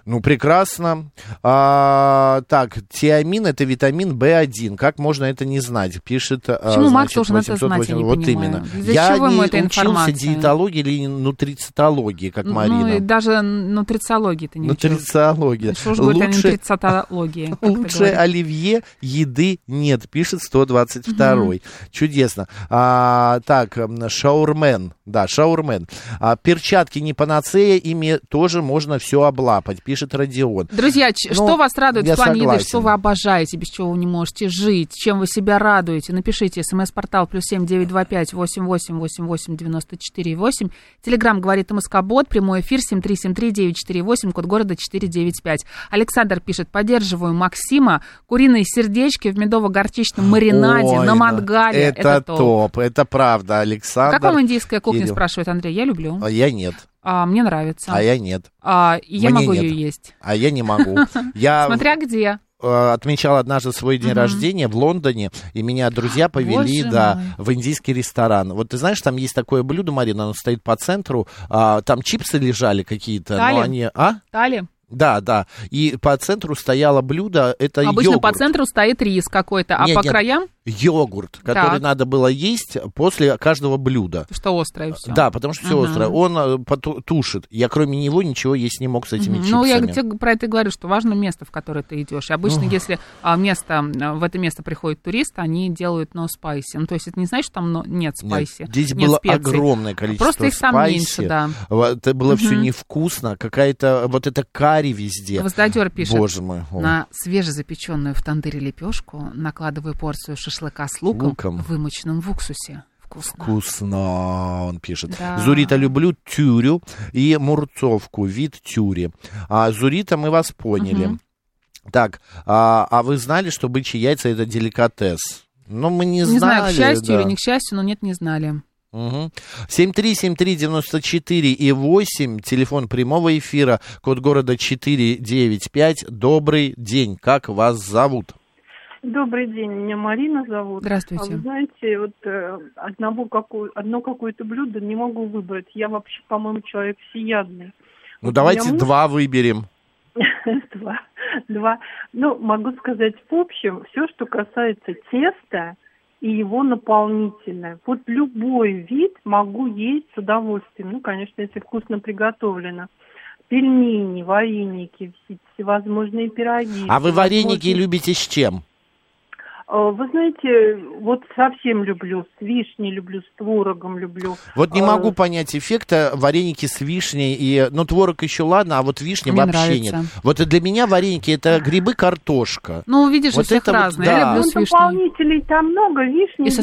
Speaker 4: Ну, прекрасно. А, так, тиамин это витамин B1. Как можно это не знать? Пишет. а,
Speaker 2: Почему Макс
Speaker 4: значит,
Speaker 2: должен это знать, я не
Speaker 4: Вот
Speaker 2: понимаю.
Speaker 4: именно.
Speaker 2: Для
Speaker 4: я
Speaker 2: чего
Speaker 4: не
Speaker 2: ему эта
Speaker 4: учился
Speaker 2: информация?
Speaker 4: диетологии или нутрицитологии, как
Speaker 2: Ну, и
Speaker 4: Марина.
Speaker 2: даже нутрициологии ты не учил.
Speaker 4: Нутрицитология.
Speaker 2: Что же говорит о
Speaker 4: Ну, Лучше,
Speaker 2: нутрицитологии? как ты
Speaker 4: лучше
Speaker 2: говоришь?
Speaker 4: оливье еды нет, пишет 122 Чудесно. А, так, м, шаурмен. Да, шаурмен. А, перчатки не панацея, ими тоже можно все облапать, пишет Родион.
Speaker 2: Друзья, ч-
Speaker 4: Ну,
Speaker 2: что вас радует
Speaker 4: я
Speaker 2: в плане еды,
Speaker 4: согласен.
Speaker 2: что вы обожаете, без чего вы не можете жить, чем вы себя радуете? Напишите смс-портал плюс семь девять два пять восемь восемь восемь восемь девяносто четыре восемь. Телеграмм говорит МСК Бот, прямой эфир семь три семь три девять четыре восемь, код города четыре девять пять. Александр пишет, поддерживаю Максима, куриные сердечки в медово-горчичном маринаде
Speaker 4: Ой,
Speaker 2: на
Speaker 4: ну,
Speaker 2: мангале.
Speaker 4: Это, топ. это правда, Александр.
Speaker 2: Как вам индийская кухня,
Speaker 4: Кирилл.
Speaker 2: спрашивает Андрей? Я люблю.
Speaker 4: А я нет,
Speaker 2: А, мне нравится.
Speaker 4: а я нет,
Speaker 2: А, и я
Speaker 4: Мне
Speaker 2: могу
Speaker 4: нет.
Speaker 2: ее есть.
Speaker 4: а я не могу. Я
Speaker 2: Смотря где.
Speaker 4: э, отмечал однажды свой день рождения в Лондоне, и меня друзья повели,
Speaker 2: Боже
Speaker 4: да,
Speaker 2: мой.
Speaker 4: в индийский ресторан. Вот ты знаешь, там есть такое блюдо, Марина, оно стоит по центру, а, там чипсы лежали какие-то, но
Speaker 2: Талин?
Speaker 4: они... А?
Speaker 2: Тали?
Speaker 4: Да, да. И по центру стояло блюдо, это
Speaker 2: Обычно
Speaker 4: йогурт.
Speaker 2: по центру стоит рис какой-то, а
Speaker 4: Не,
Speaker 2: по
Speaker 4: нет.
Speaker 2: краям
Speaker 4: Йогурт, который
Speaker 2: Так.
Speaker 4: надо было есть после каждого блюда.
Speaker 2: что острое все.
Speaker 4: Э, Да, потому что все
Speaker 2: Мгм.
Speaker 4: острое. Он э, поту- тушит. Я кроме него ничего есть не мог с этими чипсами.
Speaker 2: Ну, я тебе про это и говорю, что важно место, в которое ты идешь. И Обычно, если а, место, а, в это место приходит турист, они делают no spicy. Ну, то есть это не значит, что там но- нет
Speaker 4: Нет,
Speaker 2: спайси,
Speaker 4: здесь
Speaker 2: нет
Speaker 4: было
Speaker 2: специй.
Speaker 4: огромное количество
Speaker 2: Просто их там
Speaker 4: спайси.
Speaker 2: меньше, да.
Speaker 4: Вот Это было все невкусно. Какая-то вот это карри везде.
Speaker 2: Воздадер пишет.
Speaker 4: Боже мой. О.
Speaker 2: На свежезапеченную в тандыре лепешку накладываю порцию шашлыка с луком,
Speaker 4: Луком.
Speaker 2: вымоченным в уксусе. Вкусно.
Speaker 4: Вкусно, он пишет.
Speaker 2: Да.
Speaker 4: Зурита люблю тюрю и мурцовку, вид тюри. А Зурита мы вас поняли. Так, а, а вы знали, что бычьи яйца это деликатес? Ну, мы не,
Speaker 2: Не знаю,
Speaker 4: знали.
Speaker 2: к счастью
Speaker 4: да.
Speaker 2: или не к счастью, но нет, не знали.
Speaker 4: Угу. 7373948 и 8, телефон прямого эфира, код города 495. Добрый день, как вас зовут?
Speaker 6: Добрый день, меня Марина зовут. А
Speaker 2: Здравствуйте.
Speaker 6: вы знаете, вот э, одного какое, одно какое-то блюдо не могу выбрать. Я вообще, по-моему, человек всеядный.
Speaker 4: Ну, давайте
Speaker 6: муж-
Speaker 4: два выберем.
Speaker 6: Два. Два. Ну, могу сказать в общем, все, что касается теста и его наполнительное. Вот любой вид могу есть с удовольствием. Ну, конечно, если вкусно приготовлено. Пельмени, вареники, все- всевозможные пироги.
Speaker 4: А вы вареники
Speaker 6: всевозможные-
Speaker 4: любите с чем?
Speaker 6: Э, Вы знаете, вот совсем люблю, с вишней люблю, с творогом люблю.
Speaker 4: Вот
Speaker 2: Э,
Speaker 4: не
Speaker 6: А,
Speaker 4: могу понять эффекта вареники с вишней и... Ну, творог еще ладно, а вот вишни
Speaker 2: Мне
Speaker 4: вообще
Speaker 2: нравится.
Speaker 4: нет. Вот и для меня вареники это грибы, картошка.
Speaker 2: Ну, видишь, у
Speaker 4: Вот
Speaker 2: всех
Speaker 4: это вот,
Speaker 2: разные.
Speaker 4: да.
Speaker 2: Я
Speaker 6: Ну,
Speaker 2: люблю А, с вишней.
Speaker 6: дополнителей там много, вишни,
Speaker 2: И со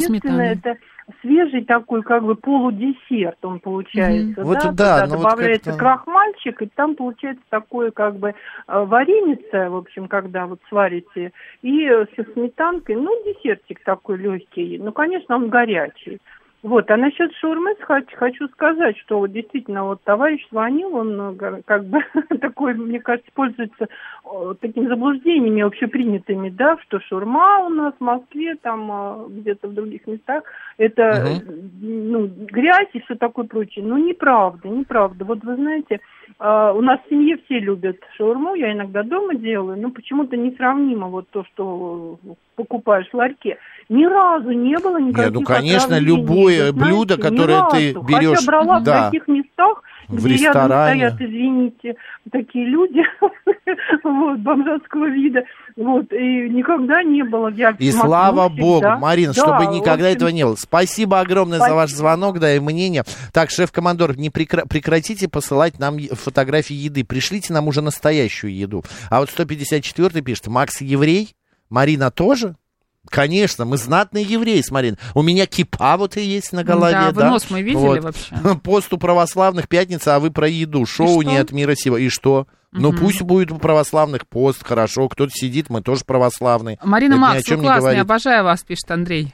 Speaker 2: сметаной.
Speaker 6: единственное, это свежий такой, как бы, полудесерт он получается.
Speaker 4: Вот
Speaker 6: да,
Speaker 4: да,
Speaker 6: туда
Speaker 4: ну вот
Speaker 6: добавляется
Speaker 4: как-то-
Speaker 6: крахмальчик, и там получается такое, как бы, э, вареница, в общем, когда вот сварите, и э, со сметанкой, ну, десертик такой легкий, ну, конечно, он горячий. Вот, а насчет шаурмы хочу, хочу сказать, что вот действительно вот товарищ звонил, он э, га- как бы такой, мне кажется, пользуется э, такими заблуждениями общепринятыми, да, что шаурма у нас в Москве, там э, где-то в других местах, это э, ну, грязь и все такое прочее. Ну, неправда, неправда. Вот вы знаете, э, у нас в семье все любят шаурму, я иногда дома делаю, но почему-то несравнимо вот то, что э, покупаешь в ларьке. Ни разу не было никаких
Speaker 4: ну, конечно,
Speaker 6: отравлений,
Speaker 4: любое
Speaker 6: вы
Speaker 4: блюдо,
Speaker 6: ни
Speaker 4: которое ты
Speaker 6: разу.
Speaker 4: берешь,
Speaker 6: Хотя брала
Speaker 4: да,
Speaker 6: в таких местах,
Speaker 4: в
Speaker 6: где
Speaker 4: ресторане.
Speaker 6: рядом стоят, извините, такие люди вот, бомжатского вида. Вот, и никогда не было. Я
Speaker 4: И
Speaker 6: смотрю
Speaker 4: слава
Speaker 6: всегда.
Speaker 4: богу, Марина,
Speaker 6: Да,
Speaker 4: чтобы никогда
Speaker 6: в общем,
Speaker 4: этого не было. Спасибо огромное за
Speaker 6: Спасибо.
Speaker 4: ваш звонок, да, и мнение. Так, шеф-командор, не прекра- прекратите посылать нам е- фотографии еды. Пришлите нам уже настоящую еду. А вот 154 пишет, Макс еврей, Марина тоже? Конечно, мы знатные евреи, с Марин. У меня кипа вот и есть на голове.
Speaker 2: Да, вы нос мы видели
Speaker 4: Вот.
Speaker 2: вообще?
Speaker 4: Пост у православных пятница, а вы про еду. Шоу
Speaker 2: что?
Speaker 4: не от мира сего. И что? Ну пусть будет у православных пост, хорошо. Кто-то сидит, мы тоже православные.
Speaker 2: Марина
Speaker 4: Это ни о
Speaker 2: Макс,
Speaker 4: чем
Speaker 2: вы
Speaker 4: не
Speaker 2: классные,
Speaker 4: говорит.
Speaker 2: обожаю вас, пишет Андрей.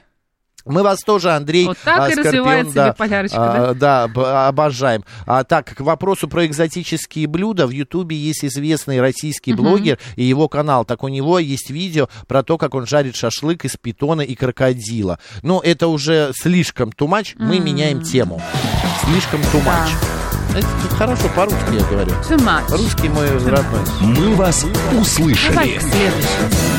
Speaker 4: Мы вас тоже, Андрей,
Speaker 2: Вот так
Speaker 4: а,
Speaker 2: и
Speaker 4: Скорпион,
Speaker 2: развивается
Speaker 4: да,
Speaker 2: биполярочка,
Speaker 4: а, да, б- обожаем. А так, к вопросу про экзотические блюда, в Ютубе есть известный российский блогер и его канал. Так у него есть видео про то, как он жарит шашлык из питона и крокодила. Но это уже слишком тумач, мы меняем тему. Слишком тумач. Это хорошо, по-русски я говорю.
Speaker 2: Too much.
Speaker 4: Русский мой родной.
Speaker 3: «Мы вас
Speaker 2: Давай
Speaker 3: услышали».
Speaker 2: к следующему.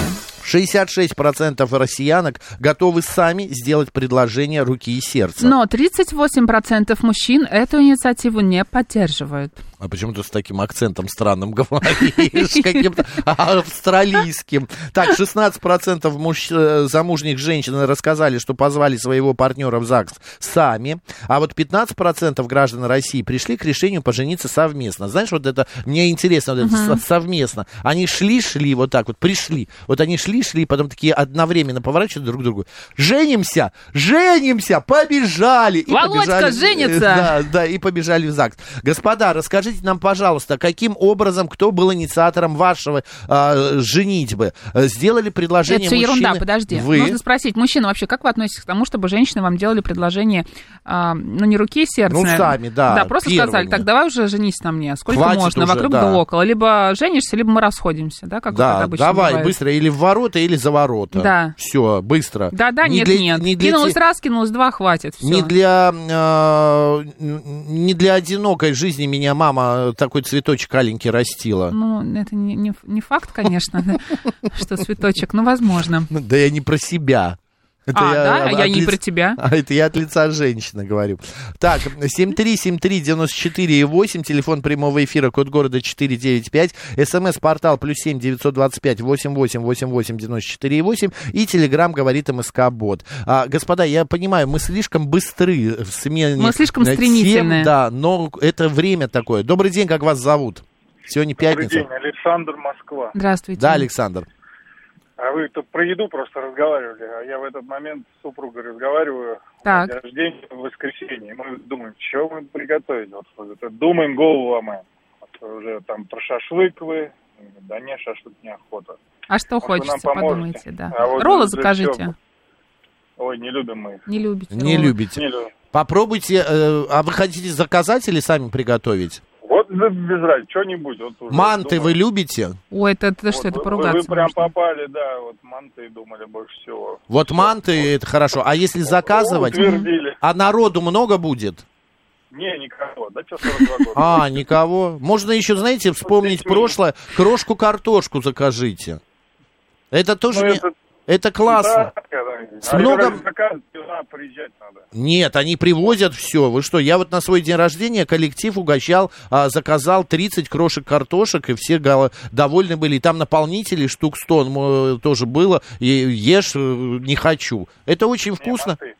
Speaker 4: 66% россиянок готовы сами сделать предложение руки и сердца.
Speaker 2: Но 38% мужчин эту инициативу не поддерживают.
Speaker 4: А почему ты с таким акцентом странным говоришь? Каким-то австралийским. Так, 16% муж- э, замужних женщин рассказали, что позвали своего партнера в ЗАГС сами. А вот 15% граждан России пришли к решению пожениться совместно. Знаешь, вот это, мне интересно, вот это со- совместно. Они шли-шли вот так вот, пришли. Вот они шли-шли, потом такие одновременно поворачивают друг к другу. Женимся! Женимся! Побежали! И
Speaker 2: Володька
Speaker 4: побежали.
Speaker 2: женится!
Speaker 4: Да, а, да, и побежали в ЗАГС. Господа, расскажите нам, пожалуйста, каким образом, кто был инициатором вашего а, женитьбы? Э, Сделали
Speaker 2: Это
Speaker 4: предложение
Speaker 2: все
Speaker 4: мужчины?
Speaker 2: ерунда, подожди.
Speaker 4: Вы?
Speaker 2: Нужно спросить, мужчина, вообще, как вы относитесь к тому, чтобы женщины вам делали предложение, а, ну, не руки и сердце?
Speaker 4: Ну,
Speaker 2: наверное.
Speaker 4: сами, да,
Speaker 2: Да, просто
Speaker 4: первыми.
Speaker 2: сказали, так, давай уже женись на мне, сколько
Speaker 4: Хватит
Speaker 2: можно,
Speaker 4: уже,
Speaker 2: вокруг
Speaker 4: да.
Speaker 2: да около. Либо женишься, либо мы расходимся, да, как вот это
Speaker 4: Да,
Speaker 2: обычно
Speaker 4: давай,
Speaker 2: бывает.
Speaker 4: быстро, или в ворота, или за ворота.
Speaker 2: Да.
Speaker 4: Все, быстро.
Speaker 2: Да, да,
Speaker 4: Не
Speaker 2: нет,
Speaker 4: для-
Speaker 2: нет.
Speaker 4: Не для,
Speaker 2: кинулась
Speaker 4: те-
Speaker 2: раз, кинулась два, хватит. Все.
Speaker 4: не для, а, н- не для одинокой жизни меня мама такой цветочек аленький растила.
Speaker 2: Ну, это не, не, не факт, конечно, да, что цветочек, но возможно.
Speaker 4: Да я не про себя. Это
Speaker 2: А, да? А
Speaker 4: от
Speaker 2: я не
Speaker 4: лиц-
Speaker 2: про тебя.
Speaker 4: А это я от лица женщины говорю. Так, 7373948, телефон прямого эфира, код города 495, смс-портал плюс 7 925 8888 948 и телеграмм говорит МСК-бот. А, господа, я понимаю, мы слишком быстры в смене
Speaker 2: Мы слишком
Speaker 4: тем,
Speaker 2: стремительны.
Speaker 4: да, но это время такое. Добрый день, как вас зовут? Сегодня
Speaker 5: Добрый
Speaker 4: пятница.
Speaker 5: день, Александр Москва.
Speaker 2: Здравствуйте.
Speaker 4: Да, Александр.
Speaker 5: А вы тут про еду просто разговаривали, а я в этот момент с супругой разговариваю.
Speaker 2: Так.
Speaker 5: День рождения в воскресенье. И Мы думаем, что мы приготовить. Вот, это думаем, голову ломаем. Вот уже там про шашлык вы. Да не, шашлык неохота.
Speaker 2: А что
Speaker 5: Может, вы нам
Speaker 2: хочется,
Speaker 5: поможете?
Speaker 2: подумайте, да.
Speaker 5: А вот
Speaker 2: Роллы
Speaker 5: это всё.
Speaker 2: закажите.
Speaker 5: Ой, не любим мы их.
Speaker 2: Не любите.
Speaker 4: Не
Speaker 2: роллы.
Speaker 4: любите.
Speaker 5: Не любим.
Speaker 4: Попробуйте, э, а вы хотите заказать или сами приготовить?
Speaker 5: Вот да, без разницы, что-нибудь. Вот уже
Speaker 4: Манты
Speaker 5: думаем.
Speaker 4: вы любите?
Speaker 2: Ой, это, это
Speaker 5: Вот
Speaker 2: что, это
Speaker 5: вы-
Speaker 2: поругаться
Speaker 5: Вы, прям
Speaker 2: можно.
Speaker 5: попали, да, вот манты думали больше всего.
Speaker 4: Вот манты, это хорошо. А если заказывать,
Speaker 5: Утвердили.
Speaker 4: а народу много будет?
Speaker 5: Не, никого. Да что 42 года.
Speaker 4: А, никого. Можно еще, знаете, вспомнить
Speaker 5: Детьми.
Speaker 4: прошлое. Крошку-картошку закажите. Это тоже...
Speaker 5: Ну,
Speaker 4: не-
Speaker 5: это-
Speaker 4: Это классно.
Speaker 5: Да, конечно.
Speaker 4: С
Speaker 5: А
Speaker 4: много-
Speaker 5: если заказ, сюда приезжать надо.
Speaker 4: Нет, они привозят все. Вы что, я вот на свой день рождения коллектив угощал, а, заказал 30 крошек картошек, и все гол- довольны были. И там наполнителей штук 100 м, э, тоже было. И ешь э, не хочу. Это очень вкусно.
Speaker 5: манты.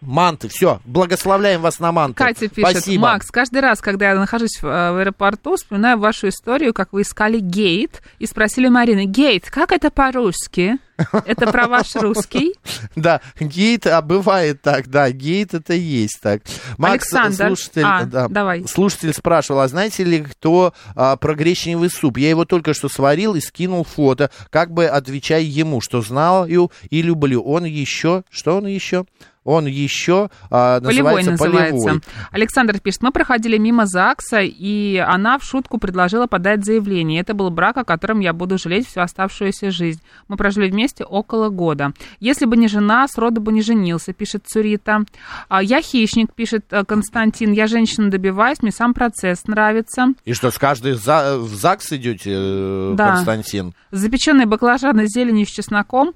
Speaker 4: Манты, все. Благословляем вас на манты.
Speaker 2: Катя пишет,
Speaker 4: Спасибо.
Speaker 2: Макс, каждый раз, когда я нахожусь в, э, в аэропорту, вспоминаю вашу историю, как вы искали гейт и спросили Марины, гейт, как это по-русски? Это про ваш русский?
Speaker 4: Да, гейт, а бывает так, да, гейт это есть так. Макс,
Speaker 2: Александр,
Speaker 4: слушатель,
Speaker 2: а,
Speaker 4: да,
Speaker 2: давай.
Speaker 4: слушатель спрашивал, а знаете ли кто а, про гречневый суп? Я его только что сварил и скинул фото, как бы отвечая ему, что знал и, и люблю. Он еще, что он еще? Он еще а,
Speaker 2: Полевой
Speaker 4: называется
Speaker 2: называется.
Speaker 4: полевой.
Speaker 2: Александр пишет, мы проходили мимо ЗАГСа, и она в шутку предложила подать заявление. Это был брак, о котором я буду жалеть всю оставшуюся жизнь. Мы прожили вместе около года. Если бы не жена, сроду бы не женился, пишет Цурита. А, Я хищник, пишет э, Константин. Я женщина добиваюсь, мне сам процесс нравится.
Speaker 4: И что, с каждой за, в ЗАГС идете, э,
Speaker 2: Да.
Speaker 4: Константин?
Speaker 2: Запеченные баклажаны с зеленью и с чесноком.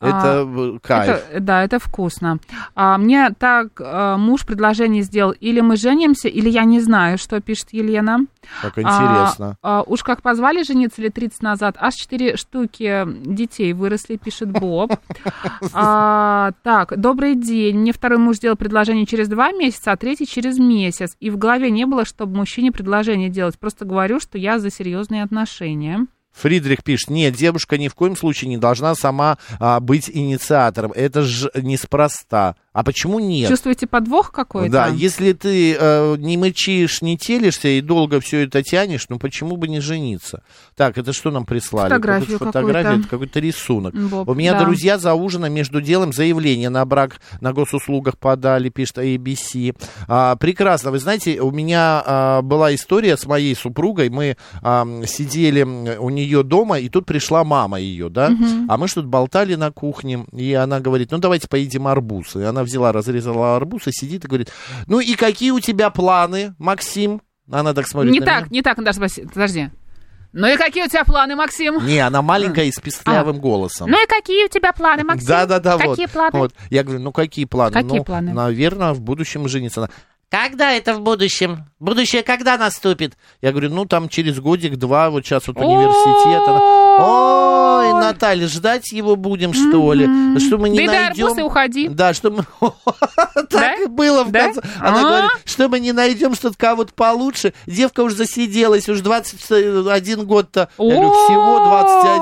Speaker 4: Это
Speaker 2: А,
Speaker 4: э, кайф.
Speaker 2: это- да, это вкусно. А, мне так э, муж предложение сделал. Или мы женимся, или я не знаю, что пишет Елена.
Speaker 4: Как интересно.
Speaker 2: А, а, уж как позвали жениться лет 30 назад, аж 4 штуки детей выросли, пишет Боб. А, так, добрый день. Мне второй муж сделал предложение через два месяца, а третий через месяц. И в голове не было, чтобы мужчине предложение делать. Просто говорю, что я за серьезные отношения.
Speaker 4: Фридрих пишет, нет, девушка ни в коем случае не должна сама а, быть инициатором. Это же неспроста. А почему нет?
Speaker 2: Чувствуете подвох какой-то?
Speaker 4: Да, если ты э, не мычишь, не телишься и долго все это тянешь, ну почему бы не жениться? Так, это что нам прислали?
Speaker 2: Фотографию
Speaker 4: Какую-то фотографию,
Speaker 2: какую-то.
Speaker 4: это какой-то рисунок.
Speaker 2: Боб,
Speaker 4: У меня
Speaker 2: да.
Speaker 4: друзья за ужином между делом заявление на брак на госуслугах подали, пишет ABC. А, прекрасно. Вы знаете, у меня а, была история с моей супругой. Мы а, м, сидели м, у нее дома, и тут пришла мама ее, да? А мы что-то болтали на кухне, и она говорит, ну давайте поедим арбуз. И она взяла, разрезала арбуз и сидит и говорит, ну и какие у тебя планы, Максим? Она так смотрит
Speaker 2: Не
Speaker 4: на
Speaker 2: так,
Speaker 4: меня.
Speaker 2: не так, Наташа, спаси- подожди. Ну и какие у тебя планы, Максим?
Speaker 4: Не, она маленькая и с пестлявым голосом.
Speaker 2: Ну и какие у тебя планы, Максим?
Speaker 4: Да, да, да,
Speaker 2: Какие
Speaker 4: вот.
Speaker 2: планы?
Speaker 4: Вот. Я говорю, ну какие планы?
Speaker 2: Какие
Speaker 4: ну,
Speaker 2: планы?
Speaker 4: Наверное, в будущем жениться. Она, когда это в будущем? Будущее когда наступит? Я говорю, ну там через годик-два, вот сейчас вот университет. Она, Ой, Наталья, ждать его будем, что ли? Что мы не
Speaker 2: Ты дай
Speaker 4: найдем?
Speaker 2: арбуз и уходи.
Speaker 4: Да, что мы...
Speaker 2: Да?
Speaker 4: Так и было в
Speaker 2: Да?
Speaker 4: конце. Она
Speaker 2: А?
Speaker 4: говорит, что мы не найдем что-то кого-то получше. Девка уже засиделась, уже 21 год-то. Я говорю, всего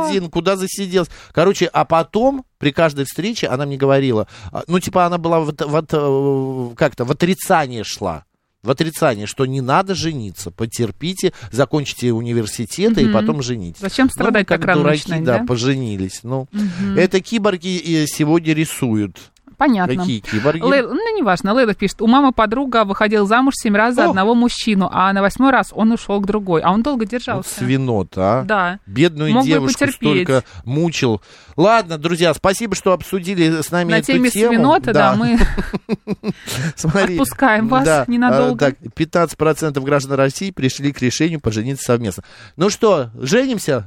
Speaker 4: 21, куда засиделась? Короче, а потом при каждой встрече она мне говорила, а, ну, типа, она была вот, вот, э, как-то в отрицание шла. В отрицание, что не надо жениться, потерпите, закончите университет и потом женитесь.
Speaker 2: Зачем
Speaker 4: Ну, мы
Speaker 2: страдать так
Speaker 4: как
Speaker 2: рано
Speaker 4: дураки,
Speaker 2: начинать,
Speaker 4: да,
Speaker 2: да?
Speaker 4: поженились. Ну, это киборги э, сегодня рисуют.
Speaker 2: Понятно.
Speaker 4: Какие киборги?
Speaker 2: Лей- Ну, неважно. Лейла пишет, у мамы подруга выходила замуж семь раз за
Speaker 4: О!
Speaker 2: одного мужчину, а на восьмой раз он ушел к другой. А он долго
Speaker 4: Вот
Speaker 2: держался.
Speaker 4: свинота, а?
Speaker 2: Да.
Speaker 4: Бедную
Speaker 2: Мог бы
Speaker 4: девушку
Speaker 2: потерпеть.
Speaker 4: столько мучил. Ладно, друзья, спасибо, что обсудили с нами
Speaker 2: На
Speaker 4: эту
Speaker 2: теме
Speaker 4: тему.
Speaker 2: свинота, да, мы
Speaker 4: Смотри,
Speaker 2: отпускаем вас ненадолго.
Speaker 4: а, Так, 15% граждан России пришли к решению пожениться совместно. Ну что, женимся?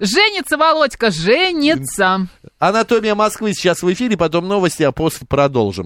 Speaker 2: Женится, Володька, женится.
Speaker 4: Анатомия Москвы сейчас в эфире, потом новости, а после продолжим.